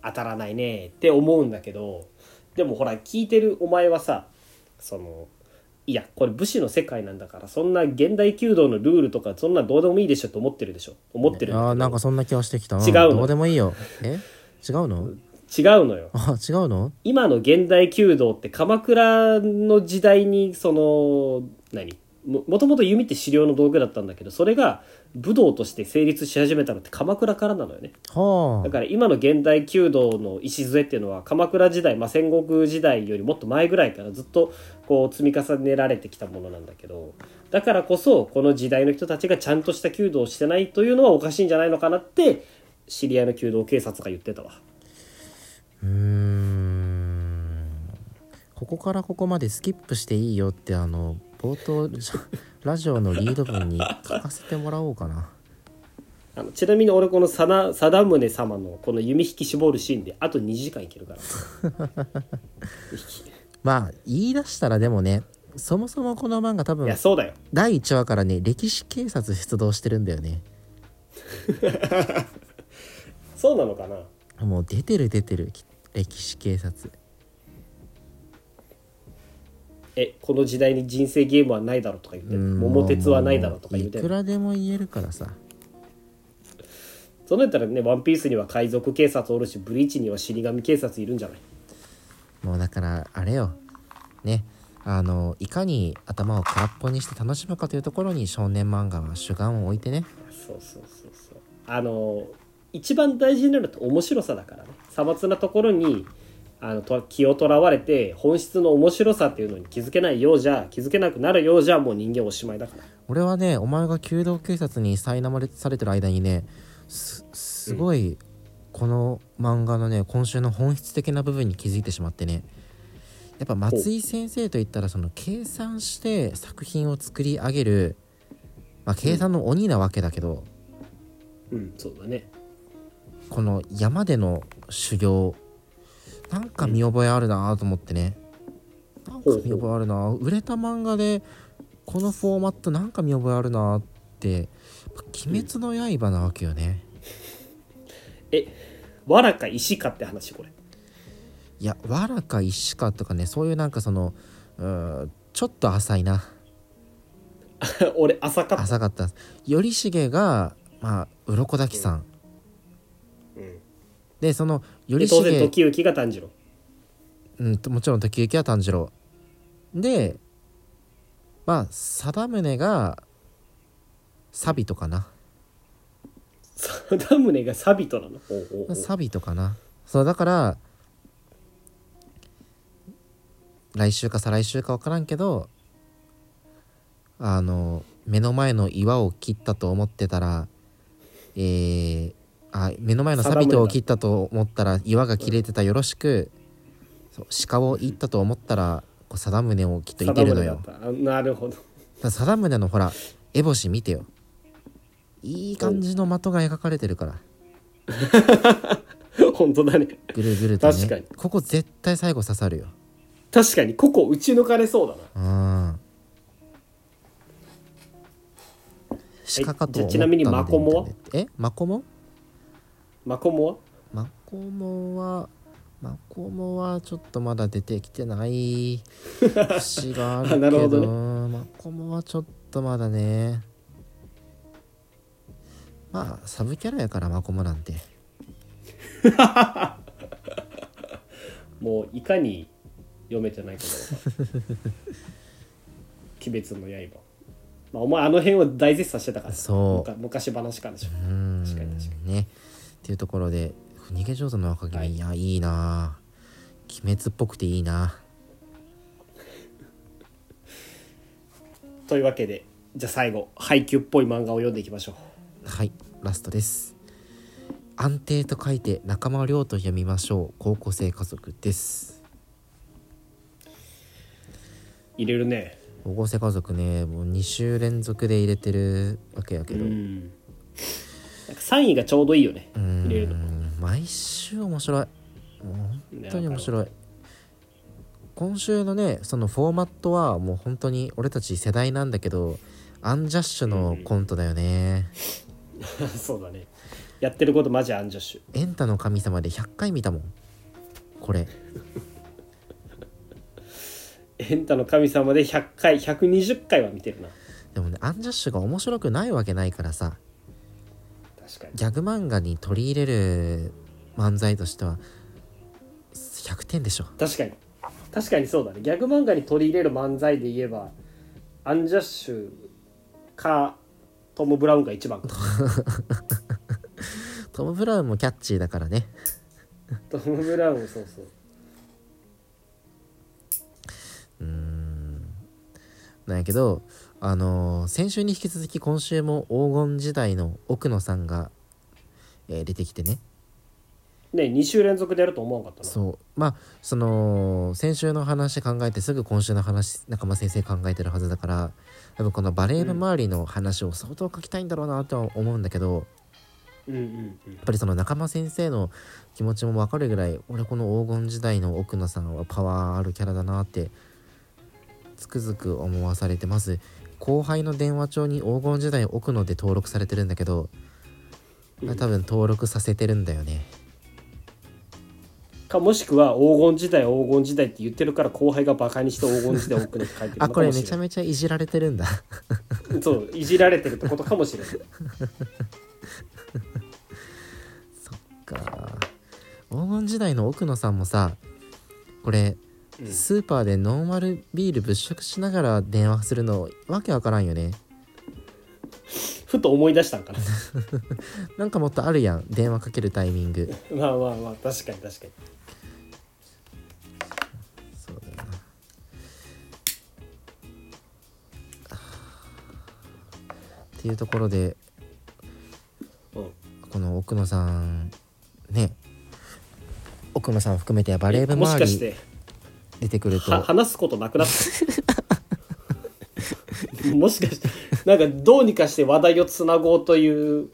B: 当たらないねって思うんだけどでもほら聞いてるお前はさそのいやこれ武士の世界なんだからそんな現代弓道のルールとかそんなどうでもいいでしょと思ってるでしょ思ってるんだけど
A: あーなんかそんな気はしてきたな
B: 違うの
A: どうでもいいよえ違うの
B: 違うのよ
A: あ違うの
B: 今の現代弓道って鎌倉の時代にその何ももともと弓って狩猟の道具だったんだけどそれが武道として成立し始めたのって鎌倉からなのよね
A: は
B: だから今の現代弓道の礎っていうのは鎌倉時代、まあ、戦国時代よりもっと前ぐらいからずっとこう積み重ねられてきたものなんだけどだからこそこの時代の人たちがちゃんとした弓道をしてないというのはおかしいんじゃないのかなって知り合いの弓道警察が言ってたわ。
A: あうーんここからここまでスキップしていいよってあの冒頭ラジオのリード文に書かせてもらおうかな
B: あのちなみに俺このさな貞宗様のこの弓引き絞るシーンであと2時間いけ るから引き
A: まあ言い出したらでもねそもそもこの漫画多
B: い
A: 分
B: やそうだよ
A: 第1話からね歴史警察出動してるんだよね
B: そうなのかな
A: もう出てる出てるき歴史警察
B: えこの時代に人生ゲームはないだろうとか言ってる
A: うん
B: 桃鉄はないだろうとか言っ
A: も
B: て
A: ういく
B: る
A: らでも言えるからさ
B: そのやったらね「ワンピースには海賊警察おるしブリーチには死神警察いるんじゃない
A: もうだからあれよねあのいかに頭を空っぽにして楽しむかというところに少年漫画は主眼を置いてね
B: そうそうそうそうあの一番大事になると面白さだからねさまつなところにあのと気をとらわれて本質の面白さっていうのに気づけないようじゃ気づけなくなるようじゃもう人間おしまいだから
A: 俺はねお前が弓道警察に苛まれされてる間にねすすごいこの漫画のね今週の本質的な部分に気づいてしまってねやっぱ松井先生といったらその計算して作品を作り上げる、まあ、計算の鬼なわけだけど
B: うんそうだね
A: この山での修行なんか見覚えあるなと思ってねなんか見覚えあるな売れた漫画でこのフォーマットなんか見覚えあるなって「鬼滅の刃」なわけよね
B: わらか石かって話これ
A: いや「わらか石か」とかねそういうなんかそのうーんちょっと浅いな
B: 俺浅かった
A: 浅かった頼重がまあ鱗滝さん
B: うん
A: でその
B: で
A: 頼
B: 当然
A: 重
B: 時行が炭治郎
A: うん、もちろん時行は炭治郎でまあ貞宗がサビトかな
B: 貞宗がサビトなのおうおうおう
A: サビトかなそうだから来週か再来週か分からんけどあの目の前の岩を切ったと思ってたらえーあ目の前のサビトを切ったと思ったら岩が切れてたよろしく、そう鹿をいったと思ったらこう貞宗をきっといて
B: 貞
A: るの
B: 宗だ
A: よ
B: っ。たあなるほど
A: だから貞宗のほら烏帽子見てよいい感じの的が描かれてるから
B: 本当だね
A: ぐるぐるとね
B: 確かに
A: ここ絶対最後刺さるよ
B: 確かにここ打ち抜かれそうだな
A: うん鹿かと思ったので
B: じゃあちなみにマコモは
A: えマコモ
B: マコモは
A: マコモはマコモはちょっとまだ出てきてない節があるけ
B: な
A: ど
B: るほど
A: マコモはちょっとまだねまあサブキャラやからマコモなんて
B: もういかに読めてないかどうか 鬼滅の刃まあお前あの辺を大絶賛してたから
A: そう
B: むか昔話からでしょ
A: うーん
B: 確かに確か
A: ねっていうところで「逃げ上手の若君」いやいいなぁ鬼滅っぽくていいな
B: というわけでじゃあ最後配給っぽい漫画を読んでいきましょう
A: はいラストです安定と書いて仲間亮と読みましょう高校生家族です
B: 入れるね
A: 高校生家族ねもう2週連続で入れてるわけやけ
B: う
A: どうん
B: なんか3位がちょうどいいよね入れ
A: ー
B: るの
A: ん毎週面白いもう本当に面白い今週のねそのフォーマットはもう本当に俺たち世代なんだけどアンジャッシュのコントだよね、
B: そうだねやってることマジアンジョッシュ
A: エンタの神様で100回見たもんこれ
B: エンタの神様で100回120回は見てるな
A: でもねアンジャッシュが面白くないわけないからさ
B: 確かに
A: ギャグ漫画に取り入れる漫才としては100点でしょ
B: 確かに確かにそうだねギャグ漫画に取り入れる漫才で言えばアンジャッシュかトム・ブラウンが一番 か
A: トム・ブラウンもキャッチーだからね
B: トム・ブラウンそうそう
A: うーんなんやけどあのー先週に引き続き今週も黄金時代の奥野さんが、えー出てきてね
B: ね2週連続でやると思わなかったな
A: そうまあその先週の話考えてすぐ今週の話仲間先生考えてるはずだから多分このバレー部周りの話を相当書きたいんだろうなとは思うんだけど、や
B: うんうんうん
A: っぱりその仲間先生の気持ちも分かるぐらい俺この黄金時代の奥野さんはパワーあるキャラだなってつくづく思わされてます後輩の電話帳に黄金時代奥野で登録されてるんだけど多
B: うん
A: 分登録させてるんだよね。
B: かもしくは黄金時代黄金時代って言ってるから後輩がバカにして黄金時代奥のって書いてる
A: あこ
B: のか
A: れ
B: も
A: め
B: し
A: ち
B: れ
A: ゃ
B: ない
A: めちゃいじられてるんだ。
B: そういじられてるってことかも しれない
A: か黄金時代の奥野さんもさこれ、
B: うん
A: スーパーでノンアルビール物色しながら電話するのわけわからんよね
B: ふと思い出したんかな
A: なんかもっとあるやん電話かけるタイミング
B: まあまあまあ確かに確かに
A: そうだよなあーっていうところで
B: うん
A: この奥野さんね奥野さん含めてバレー部
B: もし
A: 周
B: かし
A: り
B: て
A: 出てくる
B: は
A: と
B: 話すことなくなった もしかしてなんかどうにかして話題をつなごうという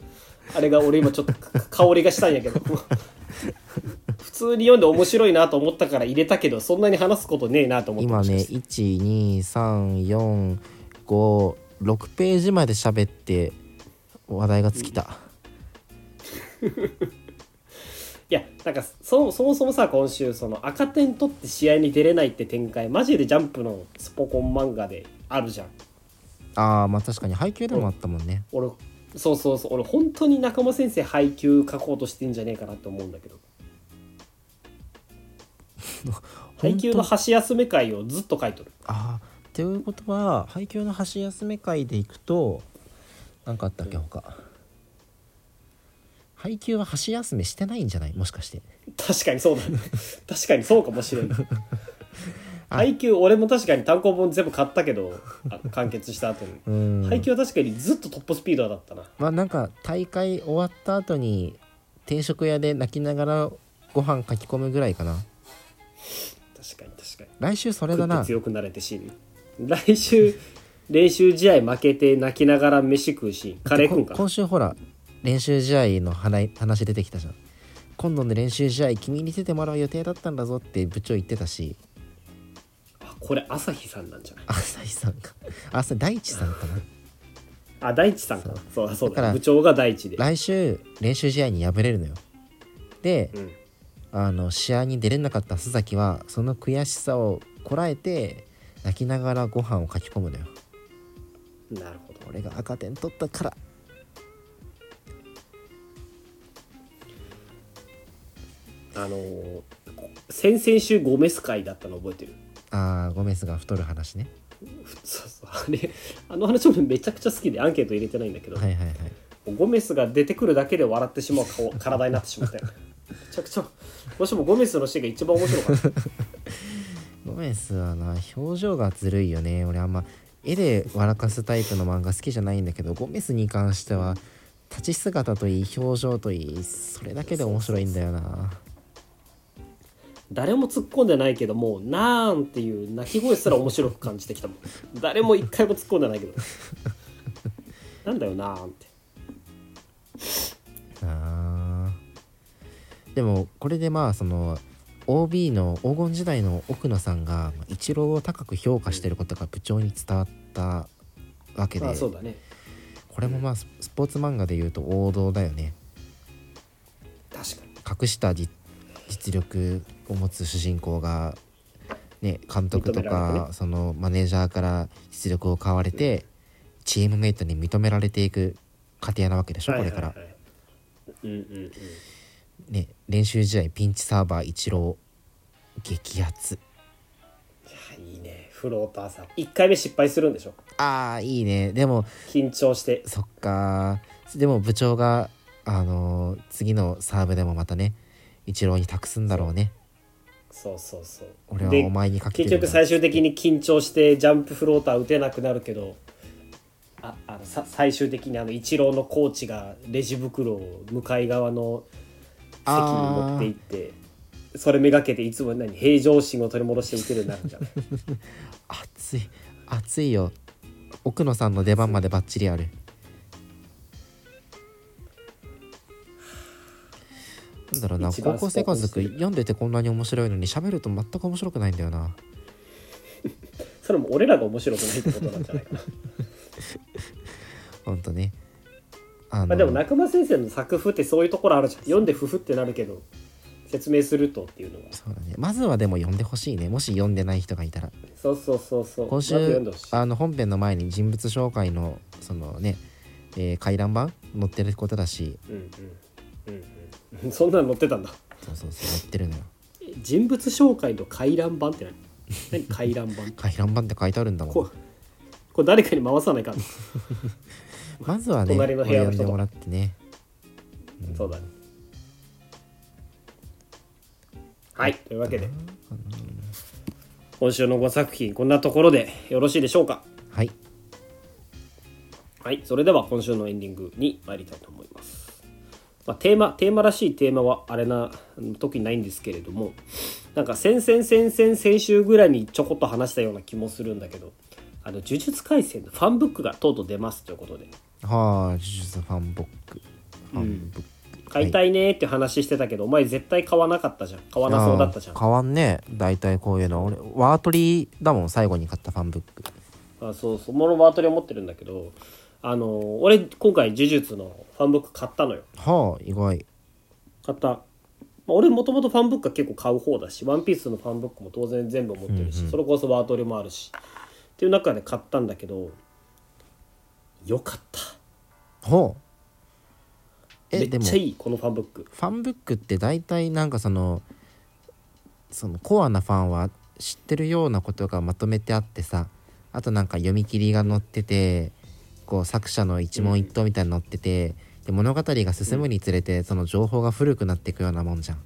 B: あれが俺今ちょっとか香りがしたんやけど普通に読んで面白いなと思ったから入れたけどそんなに話すことねえなと思って
A: 今
B: ま
A: ね
B: した
A: 12345 6ページまで喋って話題が尽きた、
B: いやなんかそそもそもさ今週その赤点取って試合に出れないって展開マジでジャンプのスポコン漫画であるじゃん
A: ああまあ確かに配給でもあったもんね
B: 俺そうそうそう俺本当に仲間先生配給書こうとしてんじゃねえかなと思うんだけど配給の
A: 本当
B: 箸休め会をずっと書いとる
A: ああっていうことは配給の箸休め会でいくと何かあったっけ
B: うん
A: 他配給は箸休めしてないんじゃないもしかして
B: 確かにそうだ ね確かにそうかもしれない
A: あ
B: 配給俺も確かに単行本全部買ったけどあ の完結した後に
A: うん
B: 配給は確かにずっとトップスピードだったな
A: まあなんか大会終わった後に定食屋で泣きながらご飯かき込むぐらいかな
B: 確かに確かに
A: 来週それ
B: グ
A: だ
B: ッ
A: な
B: と強くなれてシーン来週練習試合負けて泣きながら飯食うシーンカレー食うん
A: こ
B: か
A: 今週ほら練習試合の話話出てきたじゃん今度の練習試合君に出てもらう予定だったんだぞって部長言ってたし
B: あこれ朝日さんなんじゃない
A: 朝日さんか朝大地さんかな
B: あ大地さんかなそうだそう
A: だか
B: だ
A: ら
B: 部長が大地で
A: 来週練習試合に敗れるのよで
B: うん
A: あの試合に出れなかった須崎はその悔しさをこらえて泣きながらご飯を書き込むのよ
B: なるほど
A: 俺が赤点取ったから
B: あのーこ先々週ゴメス会だったの覚えてる
A: あーゴメスが太る話ね
B: ふそうそうあれあの話もめちゃくちゃ好きでアンケート入れてないんだけど、
A: はいはいはい
B: ゴメスが出てくるだけで笑ってしまう顔体になってしまったよめちゃくちゃもしもゴメスのシーンが一番面白かった
A: ゴメスはな表情がずるいよね俺あんま絵で笑かすタイプの漫画好きじゃないんだけどゴメスに関しては立ち姿といい表情といいそれだけで面白いんだよな
B: 誰も突っ込んでないけどもう「なーん」っていう鳴き声すら面白く感じてきたもん誰も一回も突っ込んでないけどなんだよなーんって
A: あーでもこれでまあその OB の黄金時代の奥野さんがイチローを高く評価してることが部長に伝わったわけで
B: まあそうだね
A: これもまあススポーツ漫画でいうと王道だよね
B: 確かに
A: 隠した実実力を持つ主人公が、ね、監督と
B: 認められ
A: か
B: て、
A: そのマネージャーから実力を買われて、チームメイトに認められていく過程なわけでしょ、これから
B: は。いはいはいうんうんうん
A: ね、練習試合ピンチサーバーイチロー激アツ
B: いいねフローターさん1回目失敗するんでしょ
A: あーいいねでも
B: 緊張して
A: そっかーでも部長があのー次のサーブでもまたねイチローに託すんだろうね
B: そうそうそう
A: 俺は
B: で
A: お前にかけて
B: 結
A: る
B: 局最終的に緊張してジャンプフローター打てなくなるけどああのさ最終的にあのイチローのコーチがレジ袋を向かい側の席に持って行ってそれめがけていつも何平常心を取り戻して打てるようになるんじゃない
A: 熱い熱いよ奥野さんの出番までバッチリあるなんだろうな
B: 一
A: 高
B: 番
A: 校生活
B: スポーツしてる
A: 読んでてこんなに面白いのに喋ると全く面白くないんだよな
B: それも俺らが面白くないってことなんじ ゃないかな、
A: ほんとねあの
B: まあ、でも中間先生の作風ってそういうところあるじゃん読んでフフってなるけど説明するとっていうのは
A: そうだねまずはでも読んでほしいねもし読んでない人がいたら
B: そうそうそうそう
A: 今
B: まず読
A: 週
B: んでほしい
A: あの本編の前に人物紹介のそのね、えー回覧板載ってることだし
B: うんうんうんうん そんなの載ってたんだ
A: そうそうそう載ってるのよ
B: 人物紹介の回覧板って何何回覧板
A: 回覧板って書いてあるんだもん
B: こうこれ誰かに回さないかんの
A: まずはね、
B: 隣の部屋の人
A: これ
B: と
A: 呼んでもらってね。ん
B: そうだねはいというわけで今週の5作品こんなところでよろしいでしょうか
A: はい、
B: はいそれでは今週のエンディングに参りたいと思います、まあ、テーマテーマらしいテーマはあれなうん特にないんですけれどもなんか先々先々先週ぐらいにちょこっと話したような気もするんだけどあの呪術廻戦のファンブックがとうとう出ますということで
A: はあ、呪術ファンボック。ファンボック。
B: 買いたいねーって話してたけど、お前絶対買わなかったじゃん買わなそうだったじゃん
A: 変わんねえ、大体こういうの、俺、ワートリーだもん、最後に買ったファンブック。
B: あそうそうモノバートリを持ってるんだけどあのー俺今回呪術のファンブック買ったのよ
A: はあ、意外。
B: 買った、まあ、俺もともとファンブックは結構買う方だし「ワンピースのファンブックも当然全部持ってるし、それこそワートリもあるしっていう中で買ったんだけどよかった
A: ほう。
B: め
A: え、で
B: っ
A: も、
B: ちゃ
A: フ
B: いいこのファンブック
A: ァンブックって大体なんかその、そのコアなファンは知ってるようなことがまとめてあってさ、あとなんか読み切りが載ってて、こう作者の一問一答みたいに載ってて、で物語が進むにつれて、その情報が古くなっていくようなもんじゃん。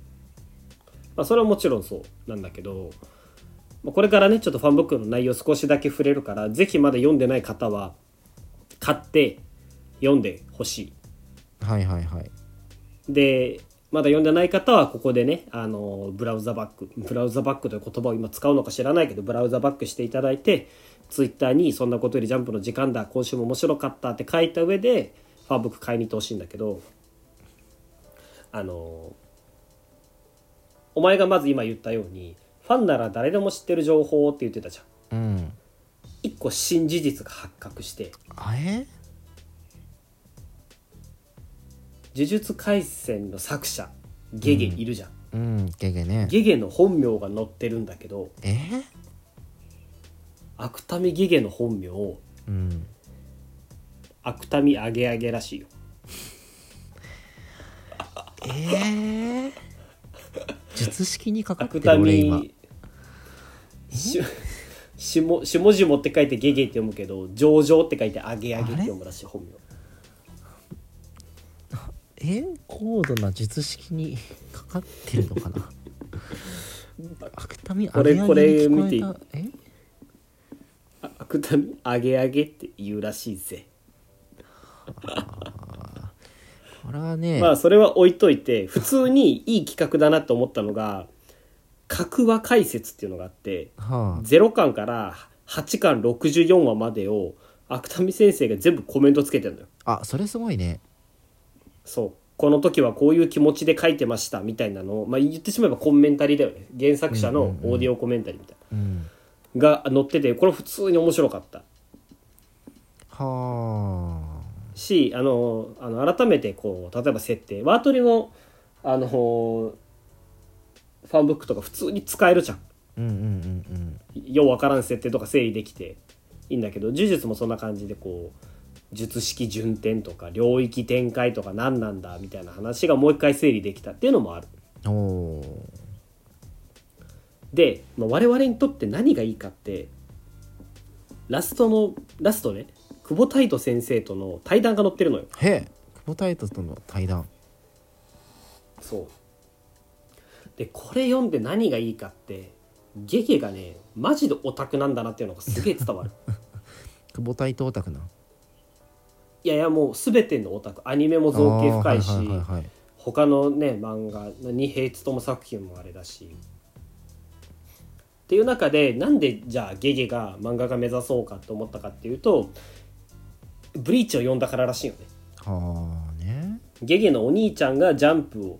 B: まあ、それはもちろんそうなんだけど、まあ、これからねちょっとファンブックの内容少しだけ触れるからぜひまだ読んでない方は買って読んでほし
A: はいはいはい。
B: いでまだ読んでない方はここでねあのブラウザバックブラウザバックという言葉を今使うのか知らないけどブラウザバックしていただいてツイッターに「そんなことよりジャンプの時間だ今週も面白かった」って書いた上でファンブック買いに行ってほしいんだけどあのお前がまず今言ったようにファンなら誰でも知ってる情報って言ってたじゃん
A: うん。
B: 一個新事実が発覚して
A: あれ
B: 呪術廻戦の作者ゲゲいるじゃん、
A: うんゲゲね
B: ゲゲの本名が載ってるんだけど
A: えー
B: 芥見ゲゲの本名を
A: うん
B: 芥見あげあげらしいよ
A: えー、術式にかかって
B: 芥
A: る俺今
B: 見ししもしもじもって書いてゲゲって読むけど上々って書いてあげあげって読むらしい本名
A: え高度な術式にかかってるの かな芥見あ
B: これ
A: げあげに
B: これ見ていい
A: 聞こえたえ
B: あ芥見あげあげって言うらしいぜ
A: これはね、
B: まあそれは置いといて普通にいい企画だなと思ったのが格話解説っていうのがあって
A: は
B: 0巻から8巻64話までを芥見先生が全部コメントつけてるのよ
A: あ、あそれすごいね
B: そうこの時はこういう気持ちで書いてましたみたいなのを、まあ、言ってしまえばコメンタリーだよね原作者のオーディオコメンタリーみたい
A: うん
B: な、が載っててこれ普通に面白かった
A: は
B: しあのあの改めてこう例えば設定ワートリのあのファンブックとか普通に使えるじゃん
A: あうんうんうん
B: ようわからん設定とか整理できていいんだけど呪術もそんな感じでこう術式順転とか領域展開とか何なんだみたいな話がもう一回整理できたっていうのもある。
A: うんおー
B: で、まあ、我々にとって何がいいかってラストのラストね久保太斗先生との対談が載ってるのよ。
A: へえ久保太斗との対談
B: そうでこれ読んで何がいいかってゲゲがねマジでオタクなんだなっていうのがすげえ 伝わる
A: 久保太斗オタクない
B: やいやもう全てのオタクアニメも造形深いし、
A: あーはいはいはいはい
B: 他のね漫画に平つとも作品もあれだしっていう中でなんでじゃあゲゲが漫画家目指そうかと思ったかっていうとブリーチを読んだかららしいよね
A: はあね
B: ゲゲのお兄ちゃんがジャンプを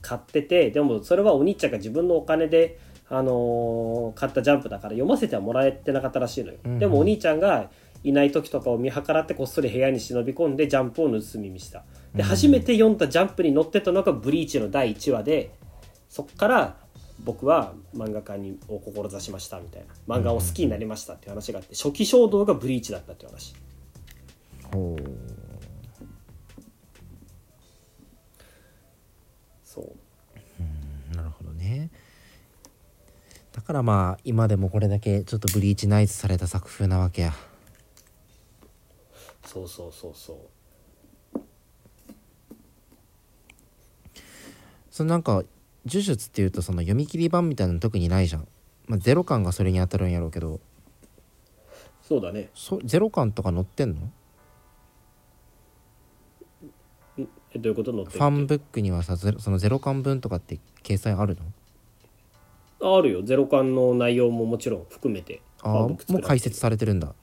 B: 買っててでもそれはお兄ちゃんが自分のお金で、あのー買ったジャンプだから読ませてはもらえてなかったらしいのよ、
A: うんうん
B: でもお兄ちゃんがいない時とかを見計らってこっそり部屋に忍び込んでジャンプを盗み見したで初めて読んだジャンプに載ってたのが「ブリーチ」の第1話でそっから僕は漫画家にを志しましたみたいな漫画を好きになりましたっていう話があって初期衝動が「ブリーチ」だったっていう話
A: ほ
B: そう
A: うなるほどねだからまあ今でもこれだけちょっとブリーチナイズされた作風なわけや
B: そうそうそうそう
A: そのなんか呪術っていうとその読み切り版みたいなの特にないじゃん、まあ、ゼロ感がそれに当たるんやろうけど
B: そうだね
A: そゼロ感とか載ってんの
B: えどういうこと載って
A: フ
B: る
A: ァンブックにはさゼロそのゼロ感分とかって掲載あるの
B: あるよゼロ感の内容ももちろん含めて
A: ああ
B: あ
A: も
B: 僕作ら
A: う
B: ない
A: 解説されてるんだ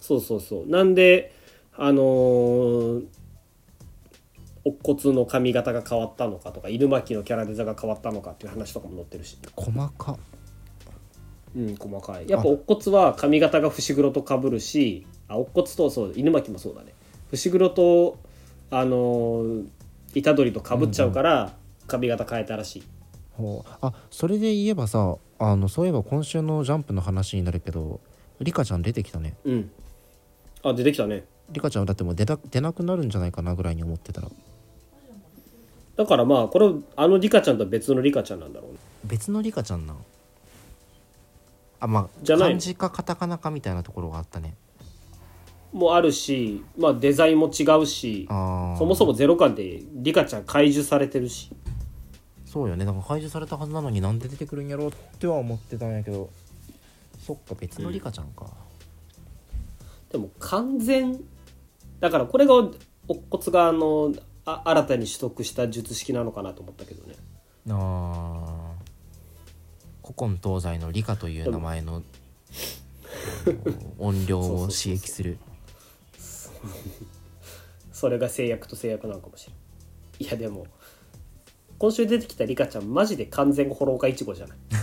B: そうそうそうなんであのー、乙骨の髪型が変わったのかとか犬巻のキャラデザが変わったのかっていう話とかも載ってるし
A: 細か
B: うん細かいやっぱ乙骨は髪型が伏黒とかぶるしあ乙骨とそう犬巻もそうだね伏黒とあのー、虎杖とかぶっちゃうから髪型変えたらしい、
A: ほうあそれで言えばさあのそういえば今週の「ジャンプ」の話になるけどリカちゃん出てきたね
B: うんあ出てきたね
A: リカちゃんはだってもう出た出なくなるんじゃないかなぐらいに思ってたら
B: だからまあこれあのリカちゃんとは別のリカちゃんなんだろうね
A: 別のリカちゃんなんあまあ
B: じゃないの
A: 漢字かカタカナかみたいなところがあったね
B: もあるし、まあ、デザインも違うし
A: ああ
B: そもそもゼロ感でリカちゃん怪獣されてるし
A: そうよねだから解除されたはずなのになんで出てくるんやろうっては思ってたんやけどそっか別のリカちゃんか、
B: でも完全だからこれが乙骨があのあ新たに取得した術式なのかなと思ったけどね
A: あー古今東西のリカという名前 の音量を刺激する
B: それが制約と制約なのかもしれないいやでも今週出てきたリカちゃんマジで完全ホローカイチゴじゃない
A: な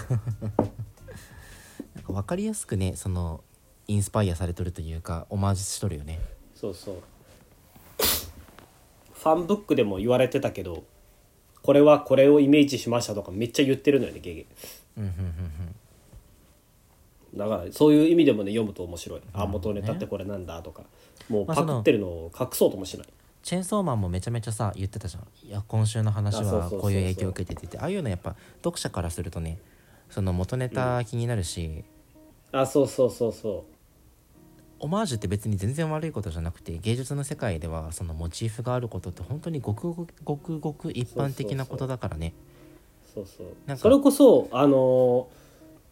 A: んか分かりやすくねそのインスパイアされとるというかオマージュしとるよね
B: そうそうファンブックでも言われてたけどこれはこれをイメージしましたとかめっちゃ言ってるのよねゲゲ
A: うんうんうん
B: だからそういう意味でもね読むと面白い、あ元ネタってこれなんだとかもう
A: まあ
B: パクってるのを隠そうともしない、
A: チェーンソーマンもめちゃめちゃさ言ってたじゃんいや今週の話
B: あそうそうそ
A: は
B: うそう
A: こういう影響を受けててってああいうのやっぱ読者からするとねその元ネタ気になるし、
B: あそうそうそうそ
A: オマージュって別に全然悪いことじゃなくて芸術の世界ではそのモチーフがあることって本当にごくごくごくごく一般的なことだからね
B: うそうそう
A: なんか
B: それこそあのー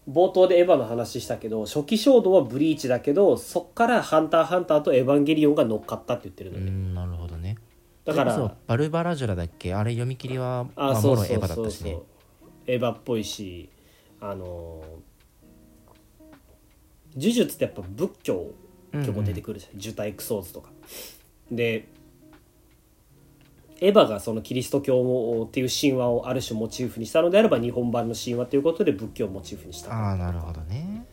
B: 冒頭でエヴァの話したけど初期衝動はブリーチだけどそっから「ハンターハンター」と「エヴァンゲリオン」が乗っかったって言ってる
A: う
B: のね、
A: んなるほどね
B: だから
A: それこそバルバラジュラだっけあれ読み切りはま
B: あ
A: あ
B: そ
A: も
B: うそ
A: ろ
B: う
A: エヴ
B: そう
A: ァだ
B: そ
A: っ
B: う
A: たしね
B: エヴァっぽいしあのー呪術ってやっぱ仏教結構出てくるじゃん、呪体クソーズとかでエヴァがそのキリスト教をっていう神話をある種モチーフにしたのであれば日本版の神話ということで仏教をモチーフにした
A: ああなるほどね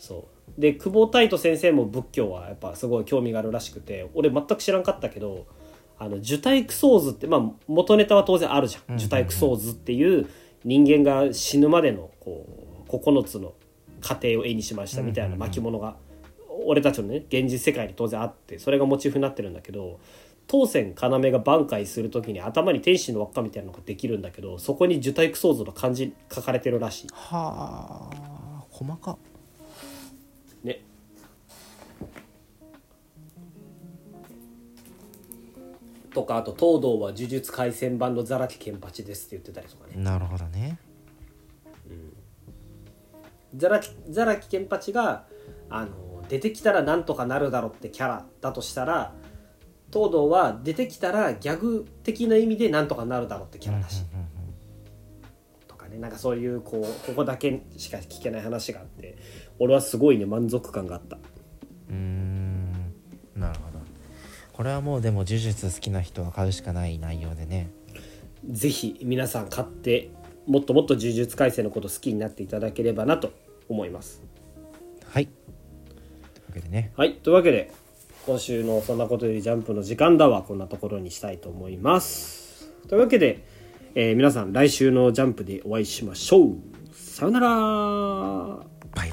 B: そうで久保太斗先生も仏教はやっぱすごい興味があるらしくて俺全く知らんかったけどあの呪体クソーズって、まあ、元ネタは当然あるじゃん
A: んうんうん
B: 呪体クソーズっていう人間が死ぬまでのこう9つの過程を絵にしましたみたいな巻物が俺たちのね現実世界に当然あってそれがモチーフになってるんだけど当選要が挽回する時に頭に天使の輪っかみたいなのができるんだけどそこに呪体クソーズの漢字書かれてるらしい。
A: はあ細かっ
B: ねとかあと東堂は呪術廻戦版のザラキケンパチですって言ってたりとかね
A: なるほどね
B: ザラキザラキケンパチがあの出てきたらなんとかなるだろうってキャラだとしたら東堂は出てきたらギャグ的な意味でなんとかなるだろうってキャラだし、
A: うんうんうん
B: とかねなんかそういうこうここだけしか聞けない話があって俺はすごいね満足感があった
A: うーんなるほどこれはもうでも呪術好きな人は買うしかない内容でね
B: ぜひ皆さん買ってもっともっと呪術改正のこと好きになっていただければなと思います。
A: はいというわけでね
B: はいというわけで今週の「そんなことよりジャンプ」の時間だはこんなところにしたいと思います。というわけで、えー皆さん来週の「ジャンプ」でお会いしましょう。さよなら
A: バイ